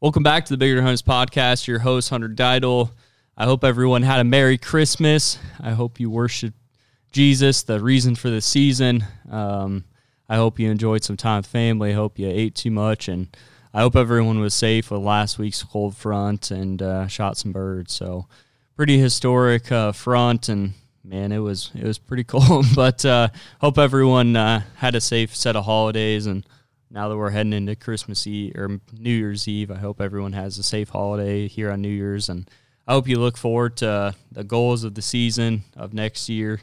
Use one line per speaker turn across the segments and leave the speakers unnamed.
Welcome back to the Bigger Homes Podcast. Your host, Hunter Didal. I hope everyone had a Merry Christmas. I hope you worship Jesus, the reason for the season. Um, I hope you enjoyed some time with family. I hope you ate too much. And I hope everyone was safe with last week's cold front and uh, shot some birds. So, pretty historic uh, front. And man, it was it was pretty cold. but uh, hope everyone uh, had a safe set of holidays. And now that we're heading into Christmas Eve or New Year's Eve, I hope everyone has a safe holiday here on New Year's, and I hope you look forward to uh, the goals of the season of next year.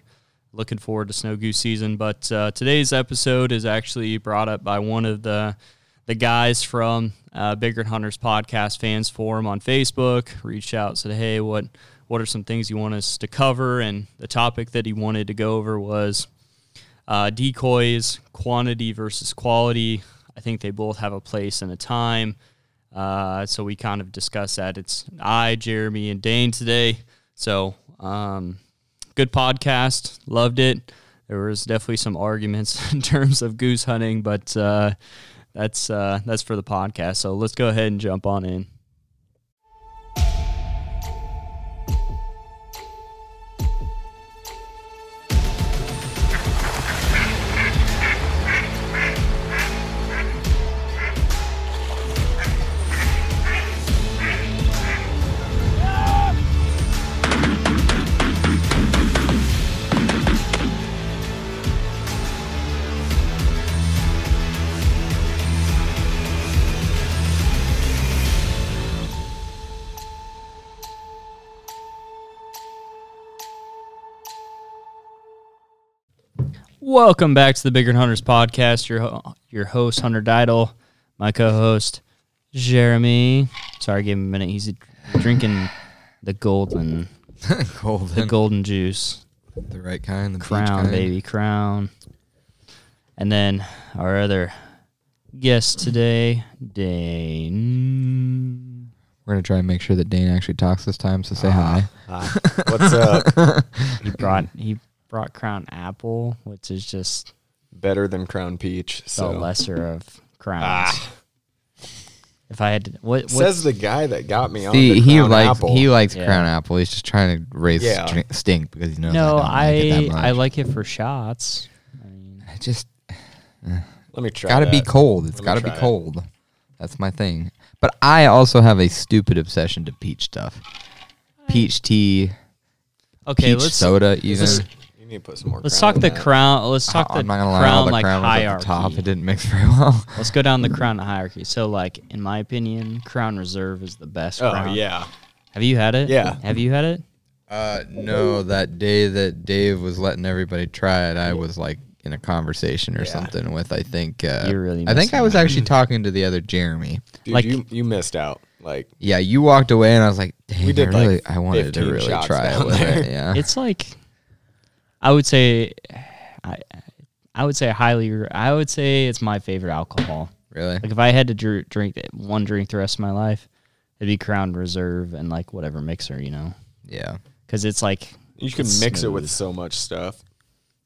Looking forward to snow goose season, but uh, today's episode is actually brought up by one of the the guys from uh, Bigger Hunters Podcast Fans Forum on Facebook. Reached out, said, "Hey, what what are some things you want us to cover?" And the topic that he wanted to go over was uh, decoys, quantity versus quality. I think they both have a place and a time. Uh, so we kind of discuss that. It's I, Jeremy, and Dane today. So um, good podcast. Loved it. There was definitely some arguments in terms of goose hunting, but uh, that's uh, that's for the podcast. So let's go ahead and jump on in. Welcome back to the Bigger Hunters podcast. Your ho- your host Hunter Didal, my co-host Jeremy. Sorry, give him a minute. He's drinking the golden the
Golden,
golden juice
the right kind, the peach
crown,
kind.
baby crown. And then our other guest today, Dane.
We're gonna try and make sure that Dane actually talks this time. So say
Ah,
hi.
Hi. What's up?
He brought he brought crown apple, which is just
Better than Crown Peach. So Ah,
the lesser of crowns.
Ah.
If I had to, what, what
says the guy that got me on
See,
the
he
Crown
likes
Apple.
he likes
Yeah.
Crown Apple. He's just trying to raise
Yeah.
stri- stink because he knows.
No,
I,
I
don't like it that much.
I like it for shots. I mean,
I just
Let me try.
gotta be
that.
cold. It's
Let me
gotta be
try it.
cold. That's my thing. But I also have a stupid obsession to peach stuff. Peach tea,
okay,
peach
let's
soda. Even
let's-
You need to put some more.
let's
crown
talk the
in that.
crown. Let's talk
Oh,
the
I'm not gonna lie, all
crown
the
like
crown was at
hierarchy.
the top. It didn't mix very well.
Let's go down the crown hierarchy. So, like in my opinion, crown reserve is the best.
Oh
crown.
yeah.
Have you had it?
Yeah.
Have you had it?
Uh, no, that day that Dave was letting everybody try it, I was like in a conversation or
Yeah.
something with I think uh,
You're really
I think
missing
I was actually talking to the other Jeremy.
Dude,
Like-
you you missed out. Like
Yeah, you walked away and I was like, "Dang,
did,
I really,
like,
I wanted to
15
really
shots
try it
down
with
there.
it." Yeah,
It's like, I would say, I I would say highly. I would say it's my favorite alcohol.
really.
Like if I had to dr- drink one drink the rest of my life, it'd be crown reserve and like whatever mixer, you know.
Yeah,
because it's like
you can
It's
mix it
smooth.
with so much stuff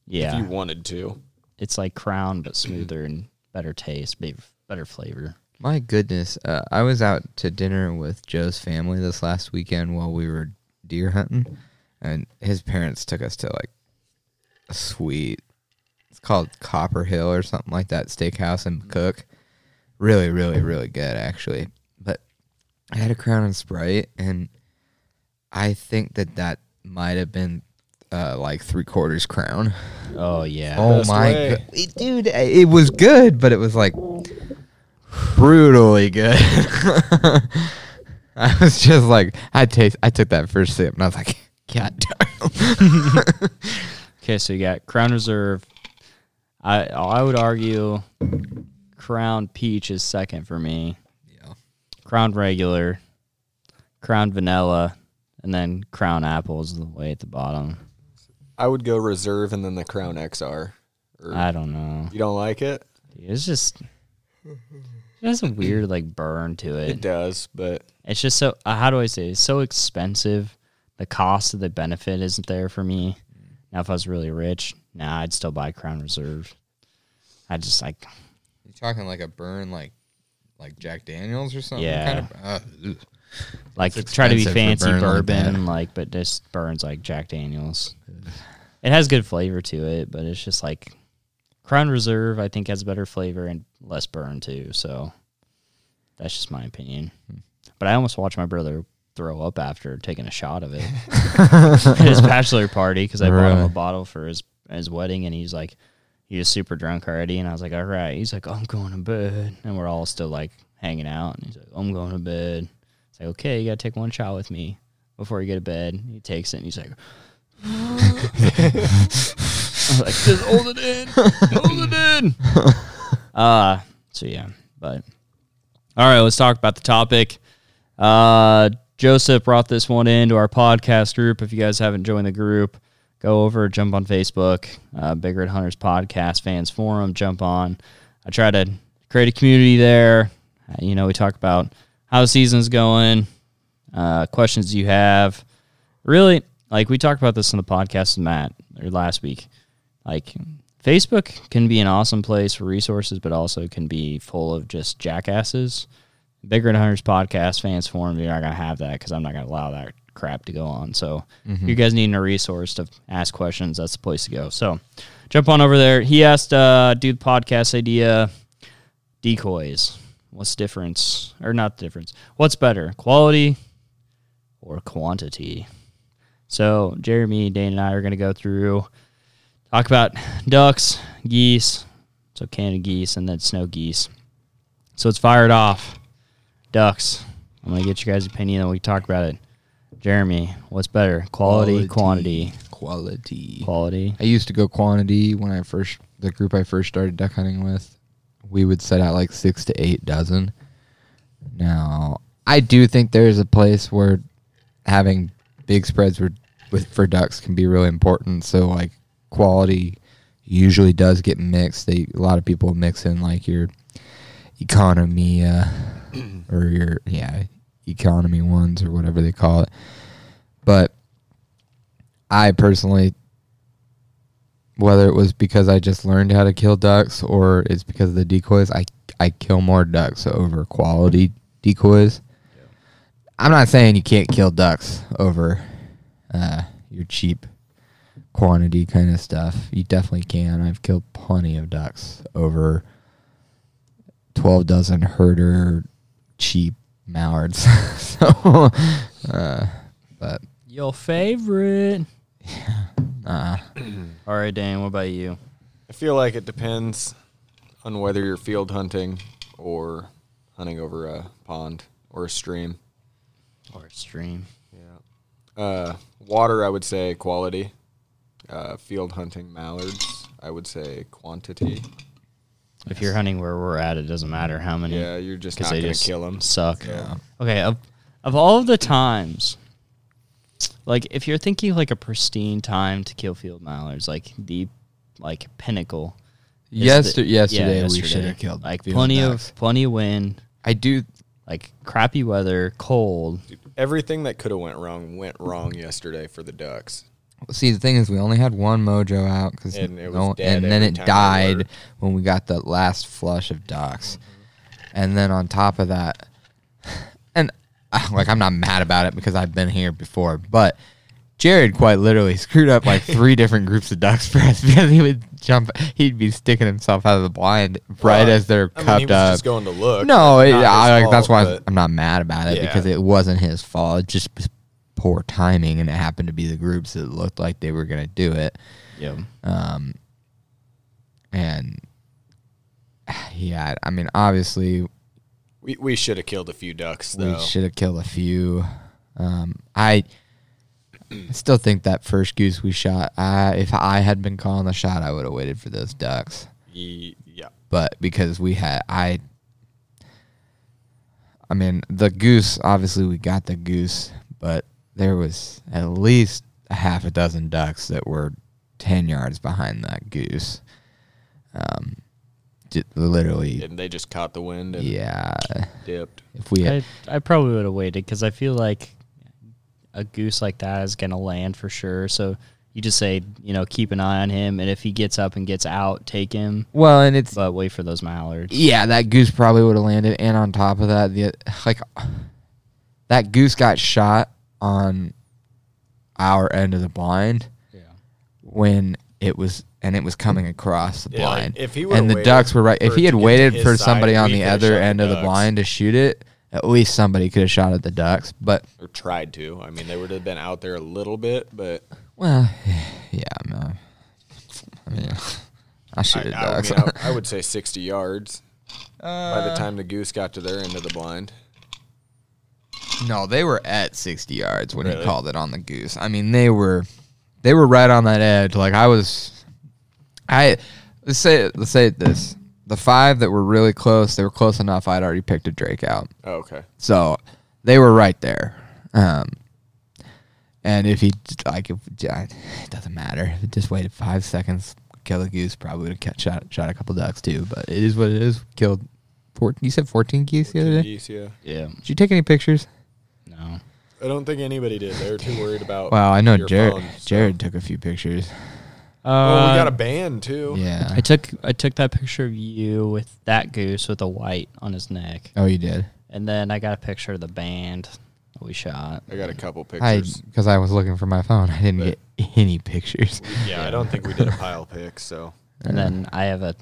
if
yeah,
you wanted to.
it's like crown but smoother and better taste, ba- better flavor.
my goodness. Uh, I was out to dinner with Joe's family this last weekend while we were deer hunting, and his parents took us to like a sweet. It's called Copper Hill or something like that steakhouse in Cook. really, really, really good actually. But I had a crown and sprite, and I think that that might have been uh, like three quarters crown.
Oh yeah,
Oh
Best
my
way.
god, It- dude! It was good, but it was like brutally good. I was just like, I taste. I took that first sip, and I was like, God damn.
Okay, so you got crown reserve. I I would argue crown peach is second for me.
Yeah.
Crown regular, crown vanilla, and then crown apples the way at the bottom.
I would go reserve and then the Crown XR. Or-
I don't know.
you don't like it?
Dude, it's just it has a weird like burn to
It does, but
It's just so uh, how do I say it? it's so expensive. The cost of the benefit isn't there for me. Now if I was really rich, nah, I'd still buy Crown Reserve. I just like
You're talking like a burn, like like Jack Daniels or something.
Yeah.
Kind of, uh, ugh.
Like
It's
try to be
expensive
fancy
for burn like
bourbon,
that.
like, but just burns like Jack Daniels. It has good flavor to it, but it's just like Crown Reserve. I think has better flavor and less burn too. So that's just my opinion. But I almost watched my brother throw up after taking a shot of it at his bachelor party because I bought him a
Really?
bottle for his his wedding, and he's like, he was super drunk already, and I was like, all right. He's like, I'm going to bed, and we're all still like hanging out, and he's like, I'm going to bed. It's like, okay, you gotta take one shot with me before you go to bed. He takes it, and he's like. I was like, just hold it in, hold it in. Uh, so yeah, but all right, let's talk about the topic. Uh, Joseph brought this one into our podcast group. If you guys haven't joined the group, go over, jump on Facebook, uh, Big Red Hunters Podcast Fans Forum, jump on. I try to create a community there. Uh, you know, we talk about how the season's going, uh, questions you have. Really, like we talked about this on the podcast with Matt or last week. Like, Facebook can be an awesome place for resources, but also can be full of just jackasses. Bigger and Hunters podcast fans forum, you're not going to have that because I'm not going to allow that crap to go on. So, if you guys needing a resource to ask questions, that's the place to go. So, jump on over there. He asked, uh, do the podcast idea decoys. What's the difference? Or not the difference. What's better, quality or quantity? So, Jeremy, Dane, and I are going to go through talk about ducks, geese, so Canada geese, and then snow geese. So it's fired off. Ducks. I'm gonna get you guys' opinion, and we can talk about it. Jeremy, what's better, quality, quantity,
Quality.
quality?
I used to go quantity when I first the group I first started duck hunting with. We would set out like six to eight dozen. Now I do think there is a place where having big spreads with, with for ducks can be really important. So like quality usually does get mixed. They a lot of people mix in like your economy uh, or your yeah economy ones or whatever they call it. But I personally whether it was because I just learned how to kill ducks or it's because of the decoys, I I kill more ducks over quality decoys. I'm not saying you can't kill ducks over uh, your cheap quantity kind of stuff. You definitely can. I've killed plenty of ducks over 12 dozen herder cheap mallards. so, uh, but
Your favorite.
uh,
All right, Dan. What about you?
I feel like it depends on whether you're field hunting or hunting over a pond or a stream.
Or stream?
Yeah. Uh, water, I would say quality. Uh, field hunting mallards, I would say quantity.
Mm-hmm.
If you're hunting where we're at, it doesn't matter how many.
Yeah, you're just
because
not
they
going to
just
kill them.
suck.
Yeah.
Okay, of, of all of the times, like if you're thinking like a pristine time to kill field mallards, like the like pinnacle. is
yester-
the- yeah,
yesterday, we
yesterday.
should have killed
like
field
plenty
ducks.
of plenty of wind,
I do
like crappy weather, cold.
Everything that could have went wrong went wrong yesterday for the ducks.
See, the thing is, we only had one mojo out because,
And it was dead
and then
every
it
time we
died
ordered.
when we got the last flush of ducks,
Mm-hmm.
and then on top of that, and uh, like I'm not mad about it because I've been here before, but Jared quite literally screwed up like three different groups of ducks for us because he would jump, he'd be sticking himself out of the blind right
Well,
as they're
I
cupped
mean, he was
up.
just going to look.
No, it,
Not his
I, like, that's
fault,
why
but-
I'm not mad about it
Yeah.
because it wasn't his fault. It just was poor timing, and it happened to be the groups that looked like they were going to do it.
Yeah.
Um, and yeah, I mean, obviously,
We, we should have killed a few ducks
we
though.
should have killed a few. Um, I still think that first goose we shot, I, if I had been calling the shot, I would have waited for those ducks.
Ye- yeah.
but because we had I I mean the goose obviously we got the goose but there was at least a half a dozen ducks that were 10 yards behind that goose um j- literally
And they just caught the wind and
yeah
dipped.
if we had,
I, I probably would have waited because I feel like a goose like that is gonna land for sure. So You just say, you know, keep an eye on him, and if he gets up and gets out, take him.
Well, and it's
But wait for those mallards.
yeah, that goose probably would have landed, and on top of that, the like that goose got shot on our end of the blind
Yeah.
when it was and it was coming across the
Yeah, like,
blind.
if he would've
and the
waited
ducks were right. If
for
he
it
had
to get to
waited
his
for
side,
somebody on
we
the
could've
other
shot the
end of the
ducks.
blind to shoot it, at least somebody could have shot at the ducks. But
or tried to. I mean, they would have been out there a little bit, but
well, yeah, no. I mean, I shoot
I,
at
I
ducks. Uh,
mean, I, I would say 60 yards by the time the goose got to their end of the blind.
No, they were at 60 yards when he
Really?
called it on the goose. I mean, they were they were right on that edge. Like I was I let's say let's say this. The five that were really close, they were close enough I'd already picked a Drake out.
Oh, okay.
So they were right there. Um and if he like if, yeah, it doesn't matter. If he just waited 5 seconds, kill the goose, probably would have kept, shot shot a couple ducks too, but it is what it is. Killed 14 You said 14 geese the other day?
Geese, yeah.
Yeah.
Did you take any pictures?
No.
I don't think anybody did. They were too worried about.
Wow, I know
Oh, your
Jared.
phone, so-
Jared took a few pictures.
Oh,
Uh,
we got a band too.
Yeah.
I took I took that picture of you with that goose with a white on his neck,
Oh, you did.
and then I got a picture of the band that we shot.
I got a couple
I
pictures.
because I was looking for my phone. I didn't
But-
get any pictures.
yeah, I don't think we did a pile pick. So
And then I have a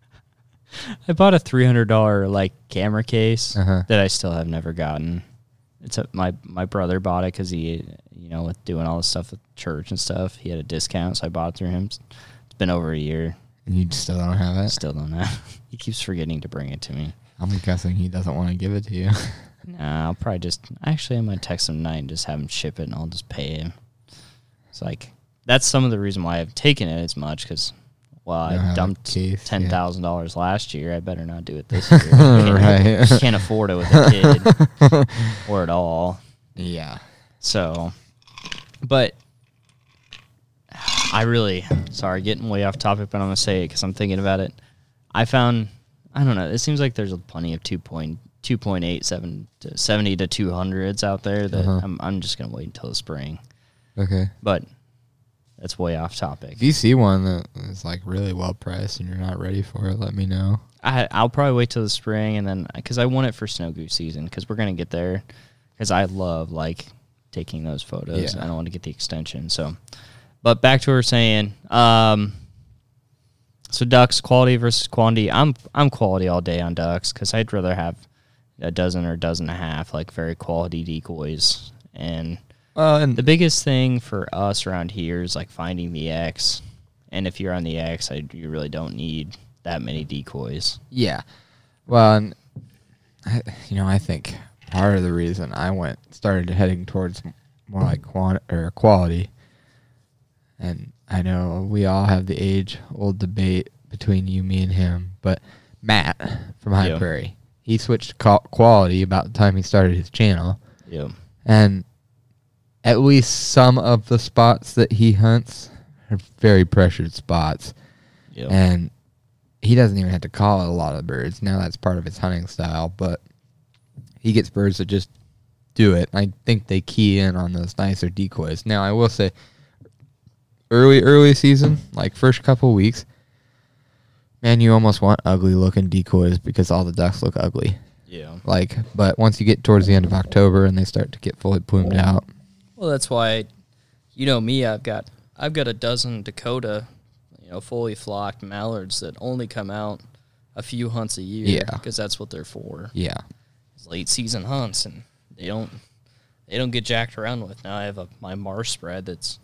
I bought a three hundred dollar like camera case
Uh-huh.
that I still have never gotten. It's a, my my brother bought it because he you know with doing all this stuff at church and stuff he had a discount so I bought it through him. It's been over a year,
And you still don't have it.
still don't have. he keeps forgetting to bring it to me.
I'm guessing he doesn't want to give it to you.
Nah, I'll probably just actually I might text him tonight and just have him ship it and I'll just pay him. It's like that's some of the reason why I've taken it as much because well
You don't have
I
a
dumped
case,
ten thousand dollars last year. I better not do it this year.
Right.
can't, can't afford it with a kid or at all.
yeah.
So, but I really sorry getting way off topic, but I'm gonna say it because I'm thinking about it. I found I don't know. It seems like there's plenty of two point two point eight seven to seventy to two hundreds out there that
Uh-huh.
I'm I'm just gonna wait until the spring.
Okay.
But that's way off topic.
If you see one that is like really well priced and you're not ready for it, let me know.
I I'll probably wait till the spring and then because I want it for snow goose season because we're gonna get there because I love like taking those photos.
Yeah.
I don't want to get the extension. So, but back to what we we're saying. Um, so ducks quality versus quantity. I'm I'm quality all day on ducks because I'd rather have a dozen or a dozen and a half like very quality decoys and
Well, and
the biggest thing for us around here is like finding the X, and if you're on the X, I, you really don't need that many decoys.
Yeah. Well, and I, you know, I think part of the reason I went started heading towards m- more like quant or quality, and I know we all have the age old debate between you, me, and him, but Matt from High
Yeah.
Prairie, he switched to qual- quality about the time he started his channel,
Yeah.
and at least some of the spots that he hunts are very pressured spots
Yeah.
and he doesn't even have to call a lot of birds. Now that's part of his hunting style, but he gets birds that just do it. I think they key in on those nicer decoys. Now I will say, early early season, like first couple weeks, man, you almost want ugly looking decoys because all the ducks look ugly.
yeah.
Like, but once you get towards the end of October and they start to get fully plumed out,
Well, that's why, you know me. I've got I've got a dozen Dakota, you know, fully flocked mallards that only come out a few hunts a year.
Yeah.
Because that's what they're for.
yeah,
It's late season hunts, and they don't they don't get jacked around with. Now I have a my Mars spread that's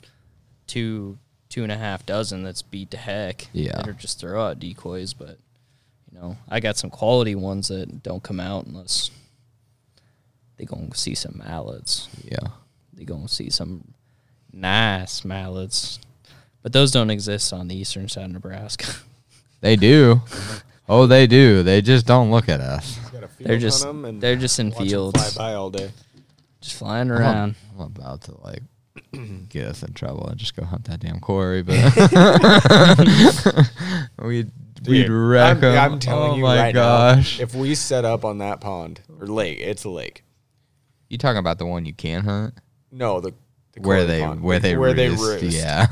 two two and a half dozen that's beat to heck.
Yeah.
That are just throw out decoys, but you know I got some quality ones that don't come out unless they gonna see some mallets
yeah,
they gonna see some nice mallets, but those don't exist on the eastern side of Nebraska.
they do. Oh, they do. They just don't look at us.
Got a field
They're
on
just
'em and
they're just in
watch 'em
fields,
Fly by all day.
just flying
I'm a-
around.
I'm about to like get us in trouble and just go hunt that damn quarry, but we'd we'd
Dude,
wreck
I'm,
'em.
I'm telling
oh
you
my
right
gosh!
now, if we set up on that pond or lake, it's a lake.
you talking about the one you can hunt?
No, the the
where
quarry
they
pond,
where they
where
roost,
they roost.
Yeah.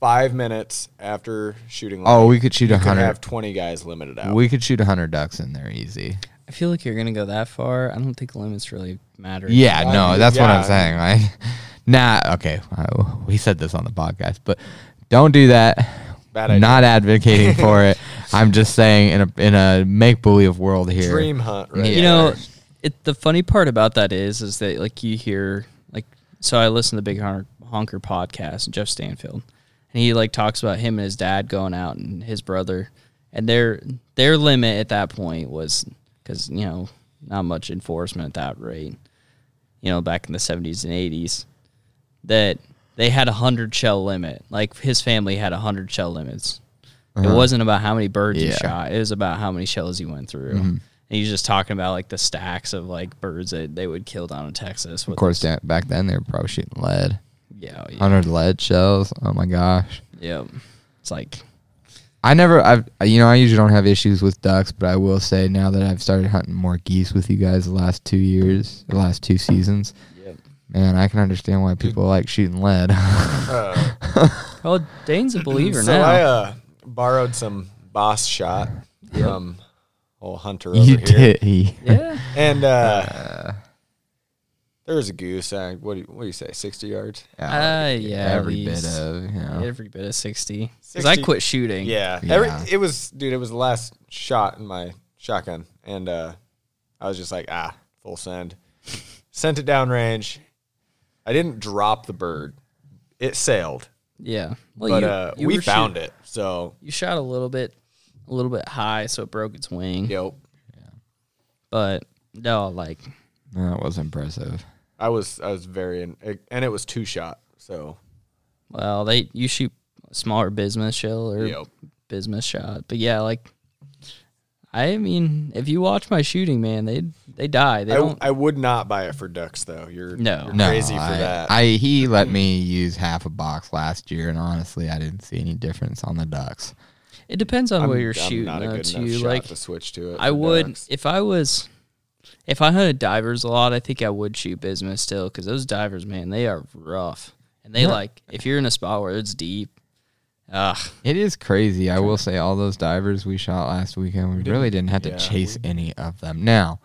Five minutes after shooting.
Oh,
light,
we could shoot
you
a
could
hundred.
have uh, twenty guys limited out.
We could shoot a hundred ducks in there easy.
I feel like you're gonna go that far. I don't think limits really matter.
Yeah,
I
no,
mean,
that's what
yeah,
I'm
I
saying. Like, nah, okay, I- we said this on the podcast, but don't do that.
Bad idea.
Not advocating for it. I'm just saying in a in a make believe world here.
Dream hunt, right?
Yeah.
you know, it, the funny part about that is, is that like you hear like, so I listen to the Big Honker, Honker podcast, Jeff Stanfield, and he like talks about him and his dad going out and his brother, and their their limit at that point was because you know not much enforcement at that rate, you know, back in the seventies and eighties, that they had a hundred shell limit. Like his family had a hundred shell limits.
Uh-huh.
It wasn't about how many birds you
Yeah.
shot. Uh, It was about how many shells you went through.
Mm-hmm.
And he's just talking about like the stacks of like birds that they would kill down in Texas. With
Of course, da- back then they were probably shooting lead,
yeah, yeah,
hundred lead shells. Oh my gosh.
yeah. It's like
I never, I've, you know, I usually don't have issues with ducks, but I will say now that I've started hunting more geese with you guys the last two years, the last two seasons,
Yep.
man, I can understand why people like shooting lead.
Uh,
oh, Dane's a believer
so
now.
I uh, borrowed some boss shot from old Hunter over
you
here,
did. he-
yeah,
and uh, there was a goose. Uh, what do you, what do you say? Sixty yards. Uh,
Ah, yeah, at
Every bit
least.
of, you know.
every bit of sixty. Because I
60
quit shooting.
Yeah.
Yeah.
Every, it was, dude, it was the last shot in my shotgun. And uh, I was just like, ah, full send. Sent it downrange. I didn't drop the bird, it sailed.
yeah. Well,
But
you-
uh,
you
we
were
found
shoot-
it. So,
You shot a little bit, a little bit high, so it broke its wing.
you know,
But no, like
No, that was impressive.
I was, I was very, in, and it was two shot. So,
Well, they you shoot smaller business shell or
Yep.
business shot, but yeah, like I mean, if you watch my shooting, man, they they die. They
I,
don't.
I would not buy it for ducks, though. You're,
No.
you're
No,
crazy for
I,
that.
I he let me use half a box last year, and honestly, I didn't see any difference on the ducks.
it depends on
I'm-
where you're
I'm
shooting
not a
though,
good enough
too.
shot
Like
to switch to it.
I
for
would
ducks.
if I was if I hunted divers a lot. I think I would shoot bismuth still because those divers, man, they are rough. And they like if you're in a spot where it's deep, ugh,
It is crazy. I will say all those divers we shot last weekend, we really didn't have to
yeah,
chase any of them. Now,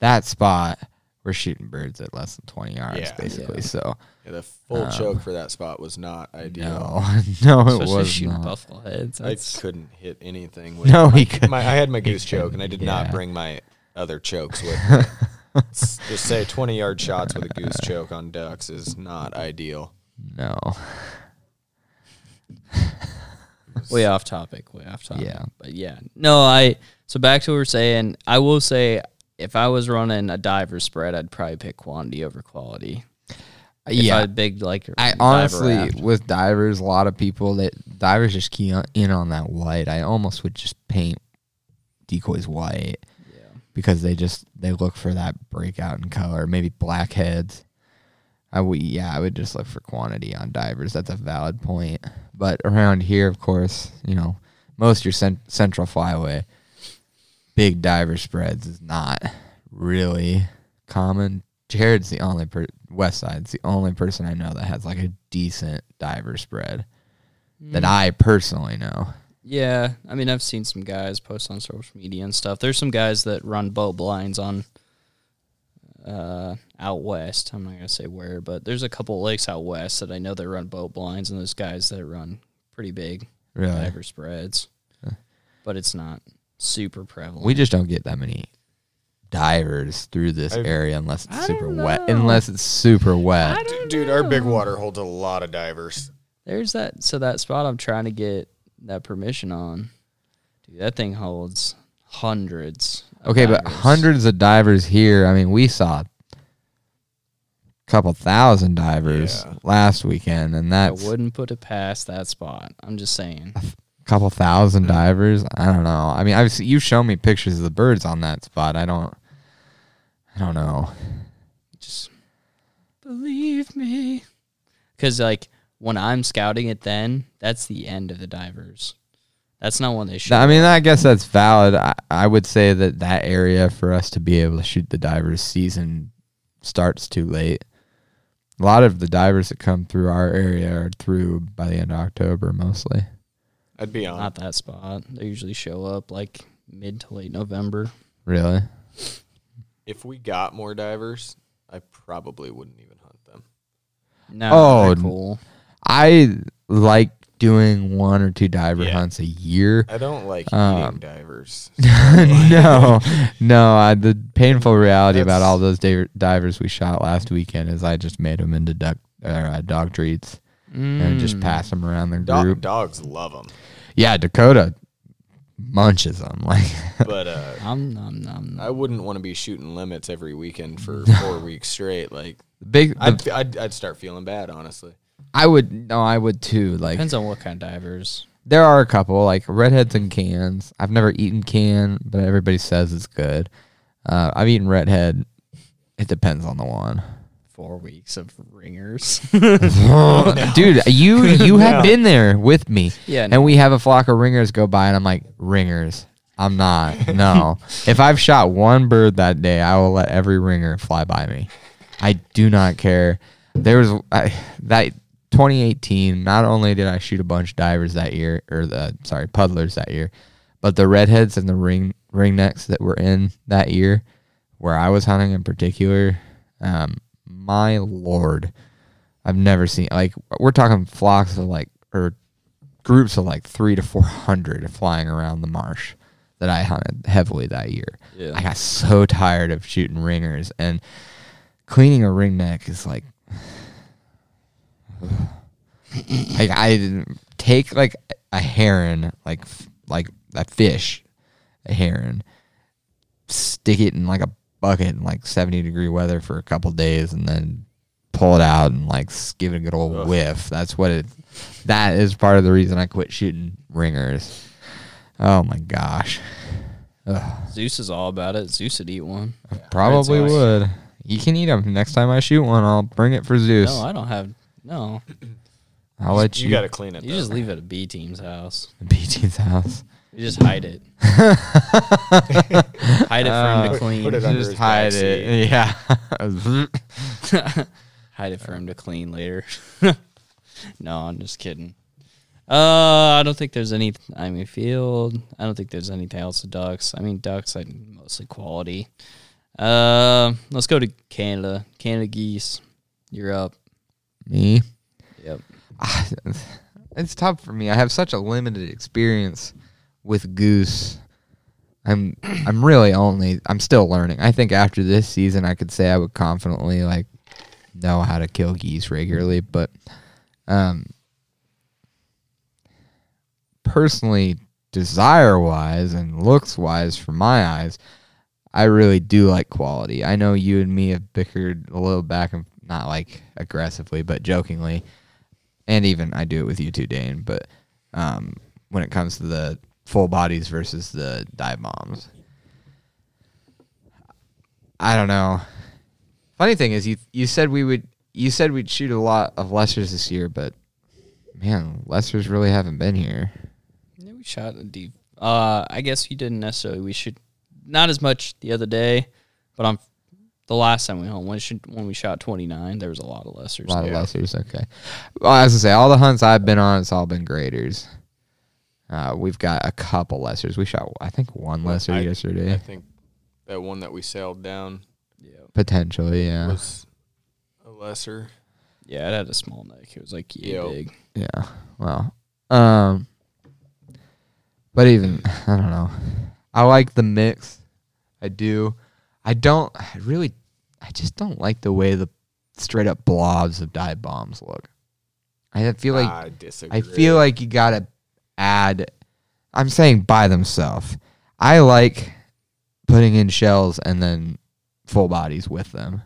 that spot, we're shooting birds at less than 20 yards,
Yeah.
basically. So,
Yeah, the full choke for that spot was not ideal.
no, no, it
especially
was
shooting
not.
buffalo heads.
I
That's,
couldn't hit anything. With
No,
my,
he could-
my- I had my goose choke, and I did
yeah.
not bring my other chokes with me. S- Just say twenty yard shots with a goose choke on ducks is not ideal.
No.
way off topic way off topic
Yeah.
but yeah no i so back to what we we're saying i will say if i was running a diver spread i'd probably pick quantity over quality if
Uh, yeah.
i big like
I
diver
honestly,
raft.
with divers, a lot of people that divers just key on, in on that white. I almost would just paint decoys white because they just they look for that breakout in color. Maybe blackheads. I would yeah, I would just look for quantity on divers. That's a valid point. But around here, of course, you know, most of your cent- central flyway, big diver spreads is not really common. Jared's the only per- west side's the only person I know that has like a decent diver spread that I personally know.
yeah i mean i've seen some guys post on social media and stuff there's some guys that run boat blinds on uh out west i'm not gonna say where but there's a couple lakes out west that i know that run boat blinds and those guys that run pretty big
Really,
diver spreads but it's not super prevalent
we just don't get that many divers through this area unless it's super
don't
wet.
know.
Unless it's super wet.
D- dude, our big water holds a lot of divers.
There's that. So that spot I'm trying to get that permission on, dude. That thing holds hundreds. of
Okay, but
divers.
hundreds of divers here. I mean, we saw a couple thousand divers
Yeah.
last weekend, and
I
that's a
wouldn't put it past that spot. I'm just saying.
couple thousand divers. I don't know. I mean, I've se- you've shown me pictures of the birds on that spot. I don't. I don't know.
Just believe me. Because like when I'm scouting it, then that's the end of the divers. That's not when they shoot.
I mean, I guess that's valid. I, I would say that that area for us to be able to shoot the divers season starts too late. A lot of the divers that come through our area are through by the end of October mostly.
I'd be on.
Not that spot. They usually show up like mid to late November.
Really?
If we got more divers, I probably wouldn't even hunt them.
No,
Oh,
they're
n-
cool.
I like doing one or two diver hunts a year.
I don't like
Um,
eating divers.
no, no. I, the painful reality about
That's-
all those da- divers we shot last weekend is I just made them into duck or uh, dog treats and just pass them around their
Do-
group.
dogs love them,
Yeah, Dakota munches them like
but uh,
Nom, nom, nom, nom.
I wouldn't want to be shooting limits every weekend for four weeks straight. Like
big. The,
I'd, I'd, I'd start feeling bad, honestly.
I would no, I would too. Like
Depends on what kind of divers.
there are a couple like redheads and cans. I've never eaten can, but everybody says it's good. Uh, I've eaten redhead. It depends on the one.
Four weeks of ringers.
Dude, you you have been there with me.
Yeah,
And we have a flock of ringers go by and I'm like, "Ringers. I'm not. No. if I've shot one bird that day, I will let every ringer fly by me. I do not care. There was I, that 2018, not only did I shoot a bunch of divers that year or the sorry, puddlers that year, but the redheads and the ring ringnecks that were in that year where I was hunting in particular, um, my lord. I've never seen like we're talking flocks of like or groups of like three to four hundred flying around the marsh that I hunted heavily that year.
Yeah.
I got so tired of shooting ringers and cleaning a ring neck is like like I didn't- take like a heron like f- like a fish a heron stick it in like a bucket in like 70 degree weather for a couple days and then pull it out and like s- give it a good old whiff. That's what it that is part of the reason I quit shooting ringers. Oh my gosh.
Zeus is all about it. Zeus would eat one.
Probably would. You can eat them. Next time I shoot one, I'll bring it for Zeus.
No, I don't have. No,
I'll let
You,
you,
got to clean it.
you
though.
just leave it at B team's house.
BT's house.
You just hide it. hide it for him to clean.
Uh, put it under his back seat.
Yeah.
hide it for
Uh,
him to clean later. no, I'm just kidding. Uh, I don't think there's any. I mean, field. I don't think there's anything else to ducks. I mean, ducks. I mostly quality. Uh, let's go to Canada. Canada geese. You're up.
Me.
Yep.
it's tough for me. I have such a limited experience with goose. I'm I'm really only I'm still learning. I think after this season I could say I would confidently like know how to kill geese regularly, but um personally desire wise and looks wise for my eyes, I really do like quality. I know you and me have bickered a little back and not like aggressively, but jokingly and even I do it with you too, Dane. But um, when it comes to the full bodies versus the dive bombs, I don't know. Funny thing is, you you said we would you said we'd shoot a lot of lessers this year, but man, lessers really haven't been here.
Yeah, we shot a deep. Uh, I guess you didn't necessarily. We should not as much the other day, but I'm the last time we home when should, when we shot 29. There was a lot of lessers.
A lot
there.
of lessers, okay. Well, as I say, all the hunts I've been on, it's all been graders. Uh, we've got a couple lessers. We shot, I think, one lesser
I- I
yesterday.
think that one that we sailed down
Potentially, yeah.
was a lesser.
Yeah, it had a small neck. It was like yay
Yo.
big.
Yeah. Well. Um. But even I don't know. I like the mix. I do. I don't. I really. I just don't like the way the straight up blobs of dive bombs look. I feel like
I disagree.
I feel like you gotta add. I'm saying by themselves. I like putting in shells and then full bodies with them.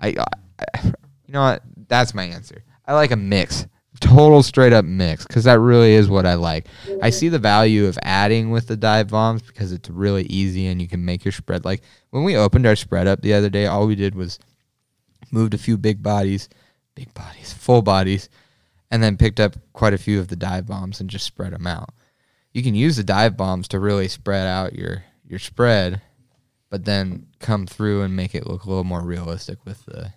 I, I you know what? That's my answer. I like a mix, total straight up mix, because that really is what I like. I see the value of adding with the dive bombs because it's really easy and you can make your spread. Like when we opened our spread up the other day, all we did was moved a few big bodies, big bodies, full bodies, and then picked up quite a few of the dive bombs and just spread them out. You can use the dive bombs to really spread out your your spread, but then come through and make it look a little more realistic with the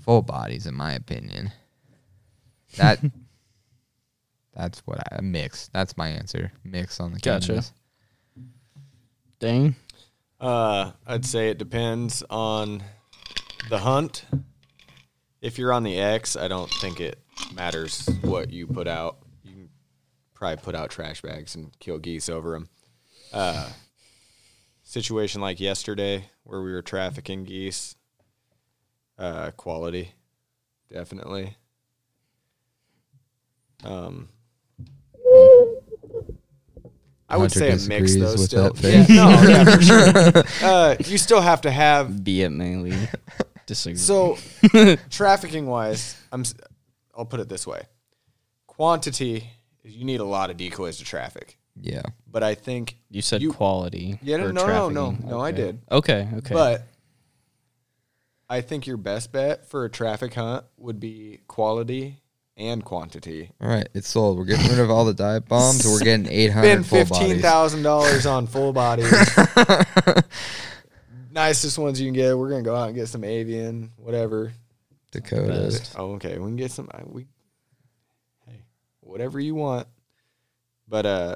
full bodies, in my opinion. That that's what I a mix. That's my answer. Mix on the
Gotcha.
cannabis.
Dang.
Uh, I'd say it depends on the hunt. If you're on the X, I don't think it matters what you put out. You can probably put out trash bags and kill geese over them. Uh, situation like yesterday where we were trafficking geese, uh, quality, definitely. Um, I would
Hunter
say a mix
disagrees
though.
with
Still,
that
yeah,
face.
no, yeah, for sure. Uh, you still have to have
Be it mainly. Disagree.
so trafficking wise. I'm. s- I'll put it this way: quantity. You need a lot of decoys to traffic,
Yeah.
but I think
you said
you-
quality.
Yeah, no,
for
no, no, no.
trafficking.
No, I
Okay.
did.
Okay. Okay.
But I think your best bet for a traffic hunt would be quality and quantity.
All right, it's sold. We're getting rid of all the dive bombs. We're getting 800
Spend
full
fifteen
bodies.
thousand dollars on full bodies. Nicest ones you can get. We're gonna go out and get some avian, whatever.
Dakotas.
Oh, okay. We can get some. I- We, hey, whatever you want. But uh,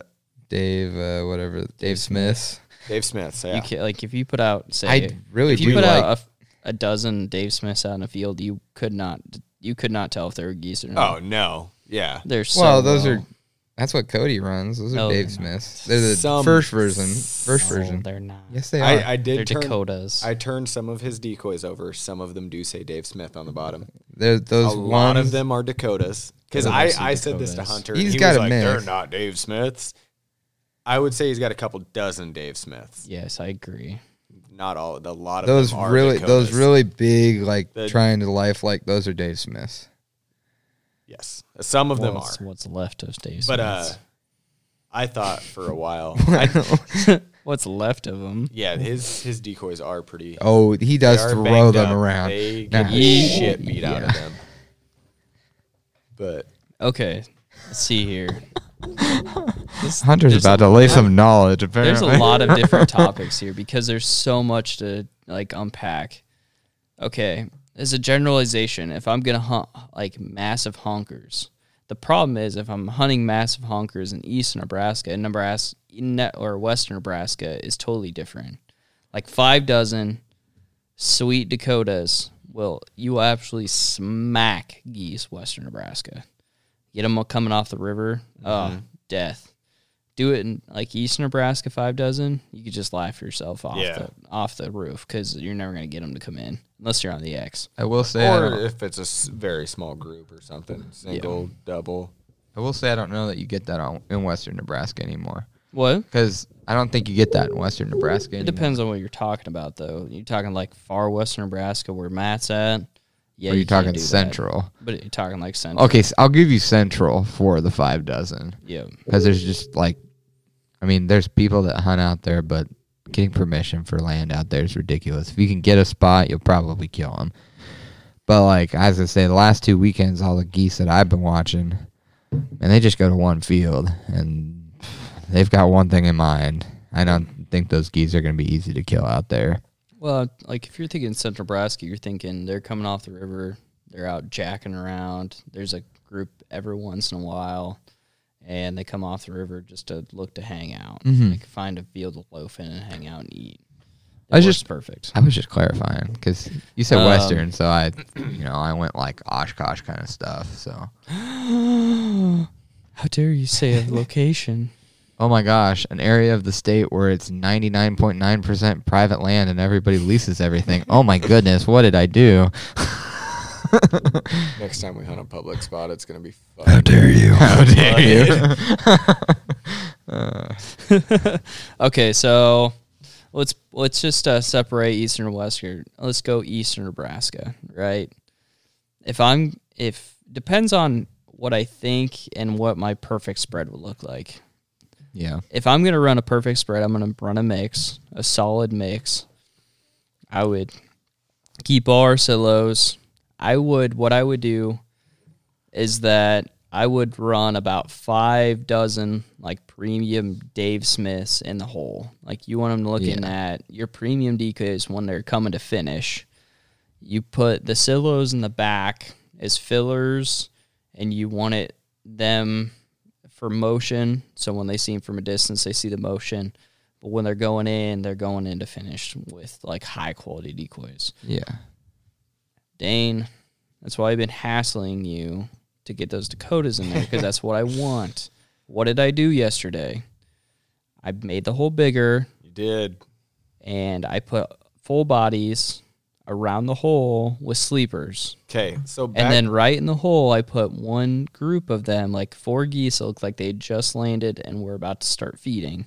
Dave, uh, whatever. Dave Smith.
Dave Smith.
you
Yeah.
can like if you put out say
I really
if
do
you put out
like.
a f- a, dozen Dave Smiths out in a field, you could not you could not tell if they were geese or not.
Oh no. Yeah.
they're so
well, those
low.
are. That's what Cody runs. Those are
No,
Dave
they're
Smiths. They're the
Some-
first version. First
No,
version.
They're not.
Yes, they are.
I, I
they're
did turn.
Dakotas.
I turned some of his decoys over. Some of them do say Dave Smith on the bottom.
They're those
a
ones,
lot of them are Dakotas. Because
Those
I,
are
I said this to
Dakotas.
Hunter.
He's
he
got
was
a
like,
mix.
They're not Dave Smiths. I would say he's got a couple dozen Dave Smiths.
yes, I agree.
Not all. A lot of
Those
them are
really, those
Dakotas.
really big, like
The-
trying to life, like those are Dave Smiths.
Yes, some of them
Well,
are.
it's What's left of Dave Smiths?
But uh, I thought for a while.
what's left of them?
Yeah, his his decoys are pretty.
Oh, he does
they are
throw
banged
them
up.
around.
They get
Nah.
the shit beat out of them. But
Okay, let's see here.
Hunter's
There's about
to lay some knowledge. Apparently,
There's a lot of different topics here because there's so much to like unpack. Okay, as a generalization, if I'm gonna hunt like massive honkers, the problem is if I'm hunting massive honkers in eastern Nebraska and Nebraska in ne- or western Nebraska is totally different. Like five dozen sweet Dakotas will you will absolutely smack geese western Nebraska. Get them coming off the river, oh death do it in like East Nebraska five dozen, you could just laugh yourself off
Yeah.
the off the roof because you're never gonna get them to come in unless you're on the X.
I will say, I
or
don't,
if it's a s- very small group or something, single, double.
I will say, I don't know that you get that on, in Western Nebraska anymore
What?
because I don't think you get that in Western Nebraska.
It
anymore.
depends on what you're talking about though. You're talking like far western Nebraska where Matt's at. Yeah,
Or you're
you can't
talking
do that.
Central.
but you're talking like central.
Okay, so I'll give you Central for the five dozen
Yeah.
because there's just like, I mean, there's people that hunt out there, but getting permission for land out there is ridiculous. If you can get a spot, you'll probably kill them. But like as I say, the last two weekends, all the geese that I've been watching, and they just go to one field and they've got one thing in mind. I don't think those geese are going to be easy to kill out there.
Well, like if you're thinking Central Nebraska, you're thinking they're coming off the river, they're out jacking around. There's a group every once in a while, and they come off the river just to look to hang out. They can find a field to loaf in and hang out and eat.
I was
It works
just-
perfect.
I was just clarifying because you said
Um,
Western, so I, you know, I went like Oshkosh kind of stuff. So.
How dare you say a location?
Oh my gosh, an area of the state where it's 99.9% private land and everybody leases everything. Oh my goodness, what did I do?
Next time we hunt a public spot, it's gonna be fun.
you? How dare you?
okay, so let's let's just uh, separate eastern and western. Let's go eastern Nebraska, right? If I'm if depends on what I think and what my perfect spread would look like.
Yeah.
If I'm gonna run a perfect spread, I'm gonna run a mix, a solid mix. I would keep all our silos. I would what I would do is that I would run about five dozen like premium Dave Smiths in the hole. Like you want them looking at your premium decoys when they're coming to finish. you put the silos in the back as fillers, and you want it them for motion. So when they see them from a distance, they see the motion. But when they're going in, they're going in to finish with like high quality decoys.
Yeah.
Dane, that's why I've been hassling you to get those Dakotas in there because that's what I want. What did I do yesterday? I made the hole bigger
You did.
and I put full bodies around the hole with sleepers.
Okay, so back,
And then right in the hole, I put one group of them, like four geese, that looked like they had just landed and were about to start feeding.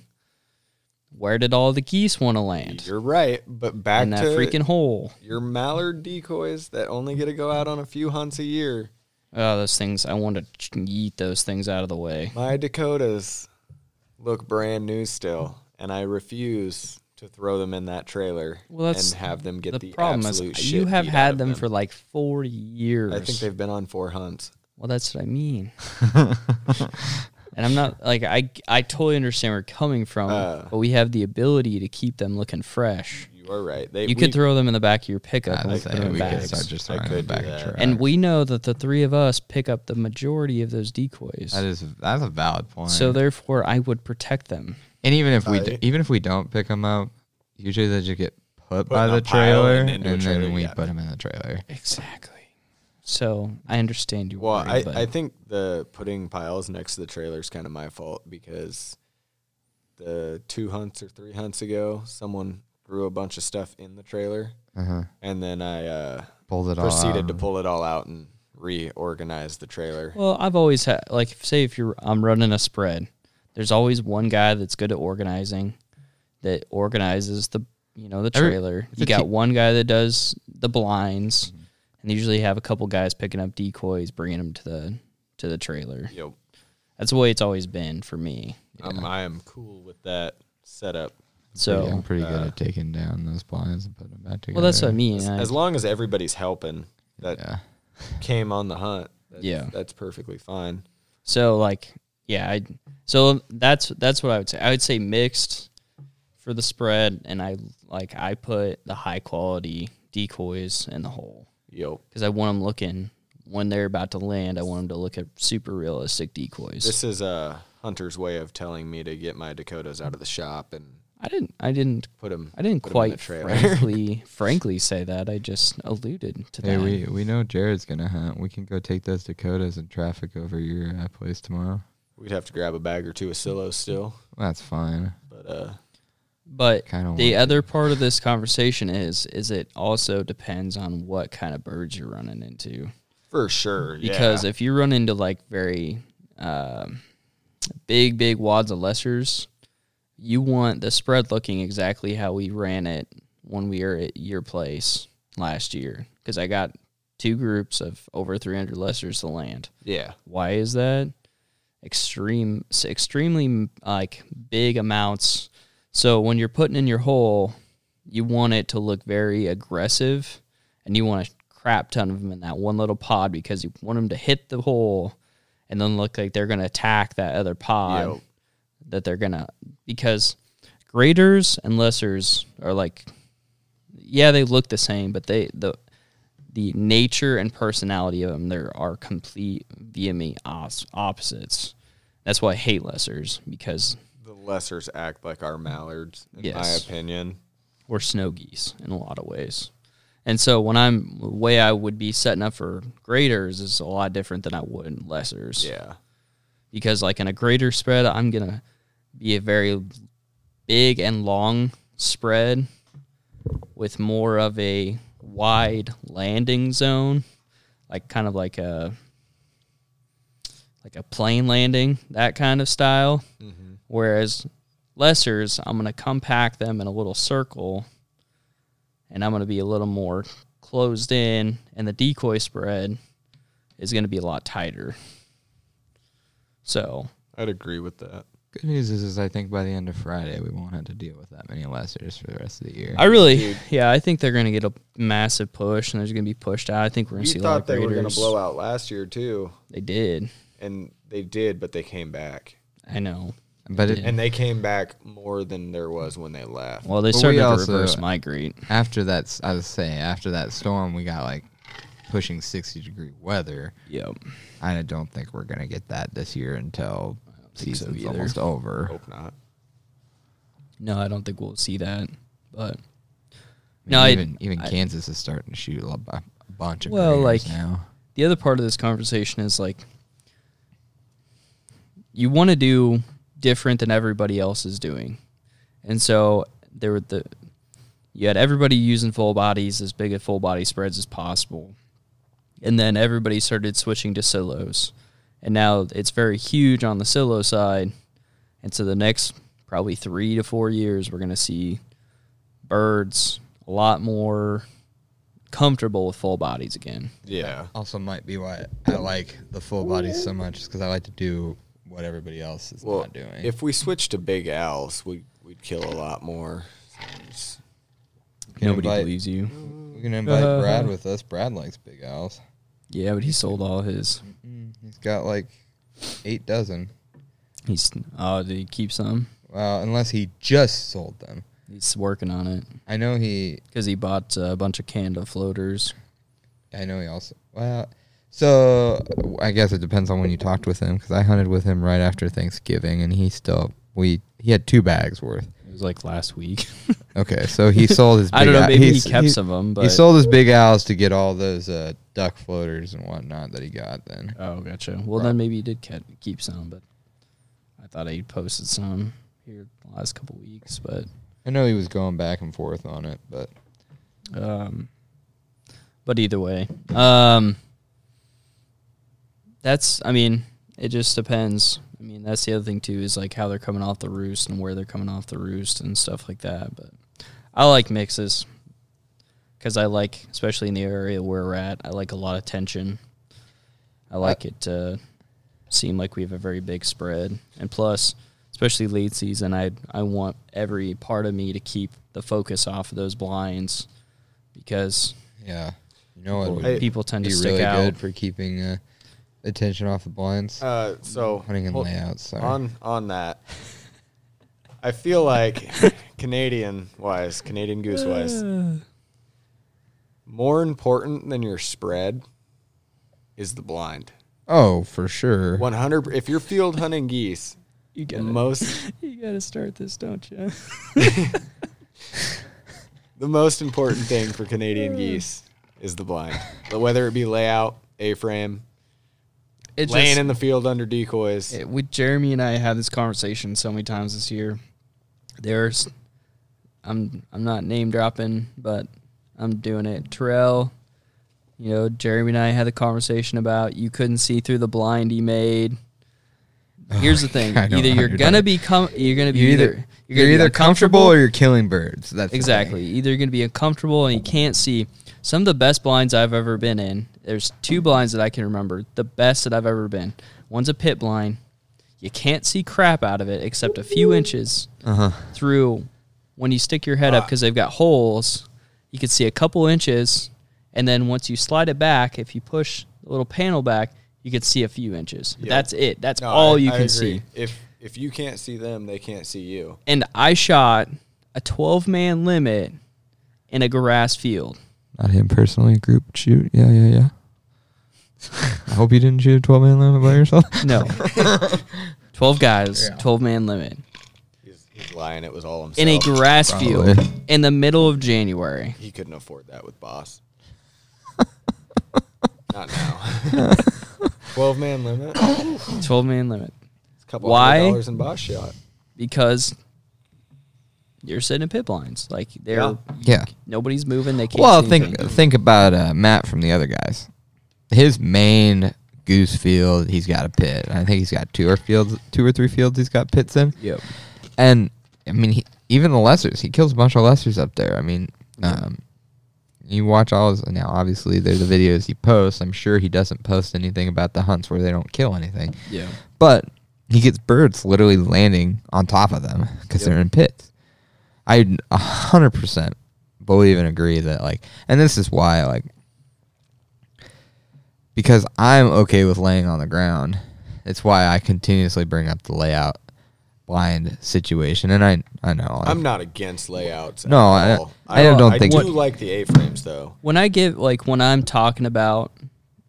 Where did all the geese want to land?
you're right, but back
In that
to
freaking hole.
your mallard decoys that only get to go out on a few hunts a year.
Oh, those things! I want to ch- yeet those things out of the way.
My Dakotas look brand new still, and I refuse to throw them in that trailer
Well, that's
and have them get
the,
the,
problem is
absolute shit
you have
beat out
had
of
them, for like four years.
I think they've been on four hunts.
Well, that's what I mean. and I'm not like I I totally understand where you're coming from,
Uh.
but we have the ability to keep them looking fresh.
You are right. They
You
we-
could throw them in the back of your pickup
I
and
was
put them
saying
in
we could
bags.
start just
I
throwing
could
them
do
back
that.
truck.
and we know that the three of us pick up the majority of those decoys.
that is that's a valid point.
so therefore, I would protect them.
and even if we
Right.
d- even if we don't pick them up, usually they just get put,
in
by
a
the
pile
trailer,
and
and,
into a trailer,
then we
yeah.
put them in the trailer.
Exactly. So I understand you.
Well,
worry,
I,
but
I think the putting piles next to the trailer is kind of my fault because the two hunts or three hunts ago, someone threw a bunch of stuff in the trailer,
Uh huh.
and then I uh,
Pulled it all.
proceeded
out.
to pull it all out and reorganize the trailer.
Well, I've always had like say if you're I'm running a spread, there's always one guy that's good at organizing that organizes the you know the
Every-
trailer.
it's
you
a
got
te-
one guy that does the blinds
Mm-hmm.
and they usually have a couple guys picking up decoys, bringing them to the to the trailer.
Yep.
That's the way it's always been for me.
I'm, I am cool with that setup.
So
I'm pretty good
uh,
at taking down those blinds and putting them back together.
well, that's what I mean.
As,
I-
as long as everybody's helping that
Yeah.
came on the hunt, that's,
Yeah.
that's perfectly fine.
So like yeah, I so that's that's what I would say. I would say mixed for the spread and I like I put the high quality decoys in the hole
Yep.
cuz I want them looking when they're about to land, I want them to look at super realistic decoys.
This is uh, Hunter's way of telling me to get my Dakotas out of the shop and
I didn't I didn't
put them.
I didn't
Put 'em in the
quite
trailer.
frankly frankly say that. I just alluded to
Hey,
that.
we we know Jared's gonna hunt. We can go take those Dakotas and traffic over your uh, place tomorrow.
We'd have to grab a bag or two of silos still,
That's fine.
but uh,
but
Kind of.
the other part of this conversation is is it also depends on what kind of birds you're running into.
for sure. yeah.
because if you run into like very um, big big wads of lessers you want the spread looking exactly how we ran it when we were at your place last year because i got two groups of over 300 lessers to land
yeah,
why is that extreme s- extremely like big amounts so when you're putting in your hole you want it to look very aggressive and you want a crap ton of them in that one little pod because you want them to hit the hole and then look like they're going to attack that other pod
Yep.
that they're going to because graders and lessers are like yeah they look the same but they the the nature and personality of them there are complete vehement os- opposites. That's why I hate lessers because
the lessers act like our mallards, in
Yes.
my opinion.
we're snow geese in a lot of ways. And so when I'm the way I would be setting up for graders is a lot different than I would in lessers.
Yeah,
Because like in a grader spread, I'm gonna be a very big and long spread with more of a wide landing zone, like kind of like a like a plane landing, that kind of style. Whereas lessers, I'm going to compact them in a little circle and I'm going to be a little more closed in, and the decoy spread is going to be a lot tighter. So,
I'd agree with that.
Good news is, is I think by the end of Friday we won't have to deal with that many lessers for the rest of the year.
I really, yeah, I think they're going to get a massive push, and there's going to be pushed out. I think we're going to
We
see a lot
thought
of
they were going to
graders.
blow out last year too,
They did.
and they did, but they came back.
I know.
But it,
and they came back more than there was when they left.
Well, they
But we
started to
also-
reverse migrate.
after that, s- I would say after that storm, we got like pushing sixty degree weather.
Yep.
I don't think we're gonna get that this year until
think so
season's
either.
almost over.
Hope not.
No, I don't think we'll see that. But No, I-
even even
I-
Kansas is starting to shoot a, lo- a bunch of
Well,
well,
like-
now.
the other part of this conversation is like you want to do different than everybody else is doing. And so there were the you had everybody using full bodies as big a full body spreads as possible. And then everybody started switching to silos. And now it's very huge on the silo side. And so the next probably 3 to 4 years we're going to see birds a lot more comfortable with full bodies again.
Yeah.
Also, might be why I like the full body so much because I like to do what everybody else is
Well,
not doing.
if we switched to big owls, we we'd kill a lot more. It's-
Can
Nobody
invite-
believes you.
we can invite
Uh,
Brad with us. Brad likes big owls. Mm,
Yeah, but he sold all his.
He's got like eight dozen.
He's oh, did he keep some?
Well, unless he just sold them.
He's working on it
I know he.
because he bought uh, a bunch of Canada floaters.
I know he also. Well, so I guess it depends on when you talked with him because I hunted with him right after Thanksgiving and he still we he had two bags worth.
It was like last week.
Okay, so he sold his. Big
I don't know.
owl-
Maybe he
he's-
kept some of them, but
He sold his big owls to get all those uh, duck floaters and whatnot that he got. Then
Oh, gotcha. Well,
Right.
then maybe he did ke- keep some, but I thought he posted some here the last couple weeks. But
I know he was going back and forth on it, but
Um, but either way, um, that's. I mean, it just depends. I mean, that's the other thing too is like how they're coming off the roost and where they're coming off the roost and stuff like that. But I like mixes because I like, especially in the area where we're at, I like a lot of tension. I like it to seem like we have a very big spread, and plus, especially late season, I I want every part of me to keep the focus off of those blinds because
yeah, you know what would
Hey,
people tend to
be
stick
really
out.
good for keeping uh, attention off the blinds,
Uh, so
hunting and
hold-
layouts. Sorry.
on on that. I feel like Canadian wise, Canadian goose wise, more important than your spread is the blind.
oh, for sure.
One hundred. If you're field hunting geese,
You
the most
you gotta start this, don't you?
the most important thing for Canadian geese is the blind. Whether it be layout, a-frame,
It's
laying
just,
in the field under decoys.
it- with Jeremy and I had this conversation so many times this year. There's, I'm I'm not name dropping, but I'm doing it. Terrell, you know, Jeremy and I had the conversation about you couldn't see through the blind he made. Here's the thing:
Oh I know
either
how
you're
you're
gonna
talking.
be com- you're gonna be
You're either,
either
you're, either comfortable or you're killing birds. That's the thing.
Exactly. Either you're going to be uncomfortable and you can't see. Some of the best blinds I've ever been in, there's two blinds that I can remember, the best that I've ever been. One's a pit blind. You can't see crap out of it except a few inches
Uh-huh.
through when you stick your
Ah.
head up because they've got holes. You can see a couple inches. And then once you slide it back, if you push the little panel back, you can see a few inches. But
Yep.
That's it. That's
No,
all
I-
you
I
can
agree.
see
If if you can't see them, they can't see you.
and I shot a 12 man limit in a grass field.
Not him personally. Group shoot. Yeah, yeah, yeah. I hope you didn't shoot a 12 man limit by yourself.
No. 12 guys,
Yeah.
12 man limit
He's, he's lying. It was all himself.
in a grass
Probably.
field in the middle of January.
he couldn't afford that with boss. Not now. Twelve man limit. It's
12 man limit
a couple
Why?
hundred dollars in boss shot.
because you're sitting in pit lines. Like they're
Yeah.
Yeah.
nobody's moving, they can't
Well,
see
think
anything.
think about uh, Matt from the other guys. His main goose field, he's got a pit. I think he's got two or fields, two or three fields. He's got pits in,
Yep.
and I mean, he, even the lessers, he kills a bunch of lessers up there. I mean, um, you watch all his now. Obviously, they're the videos he posts. I'm sure he doesn't post anything about the hunts where they don't kill anything,
Yeah.
but he gets birds literally landing on top of them because they're in pits. I 100% believe and agree that, like, and this is why, like, because I'm okay with laying on the ground. It's why I continuously bring up the layout blind situation, and I I know like,
I'm not against layouts. at
No, I-
all.
I don't think-
I
What-
do like the A-frames though.
when I get like when I'm talking about,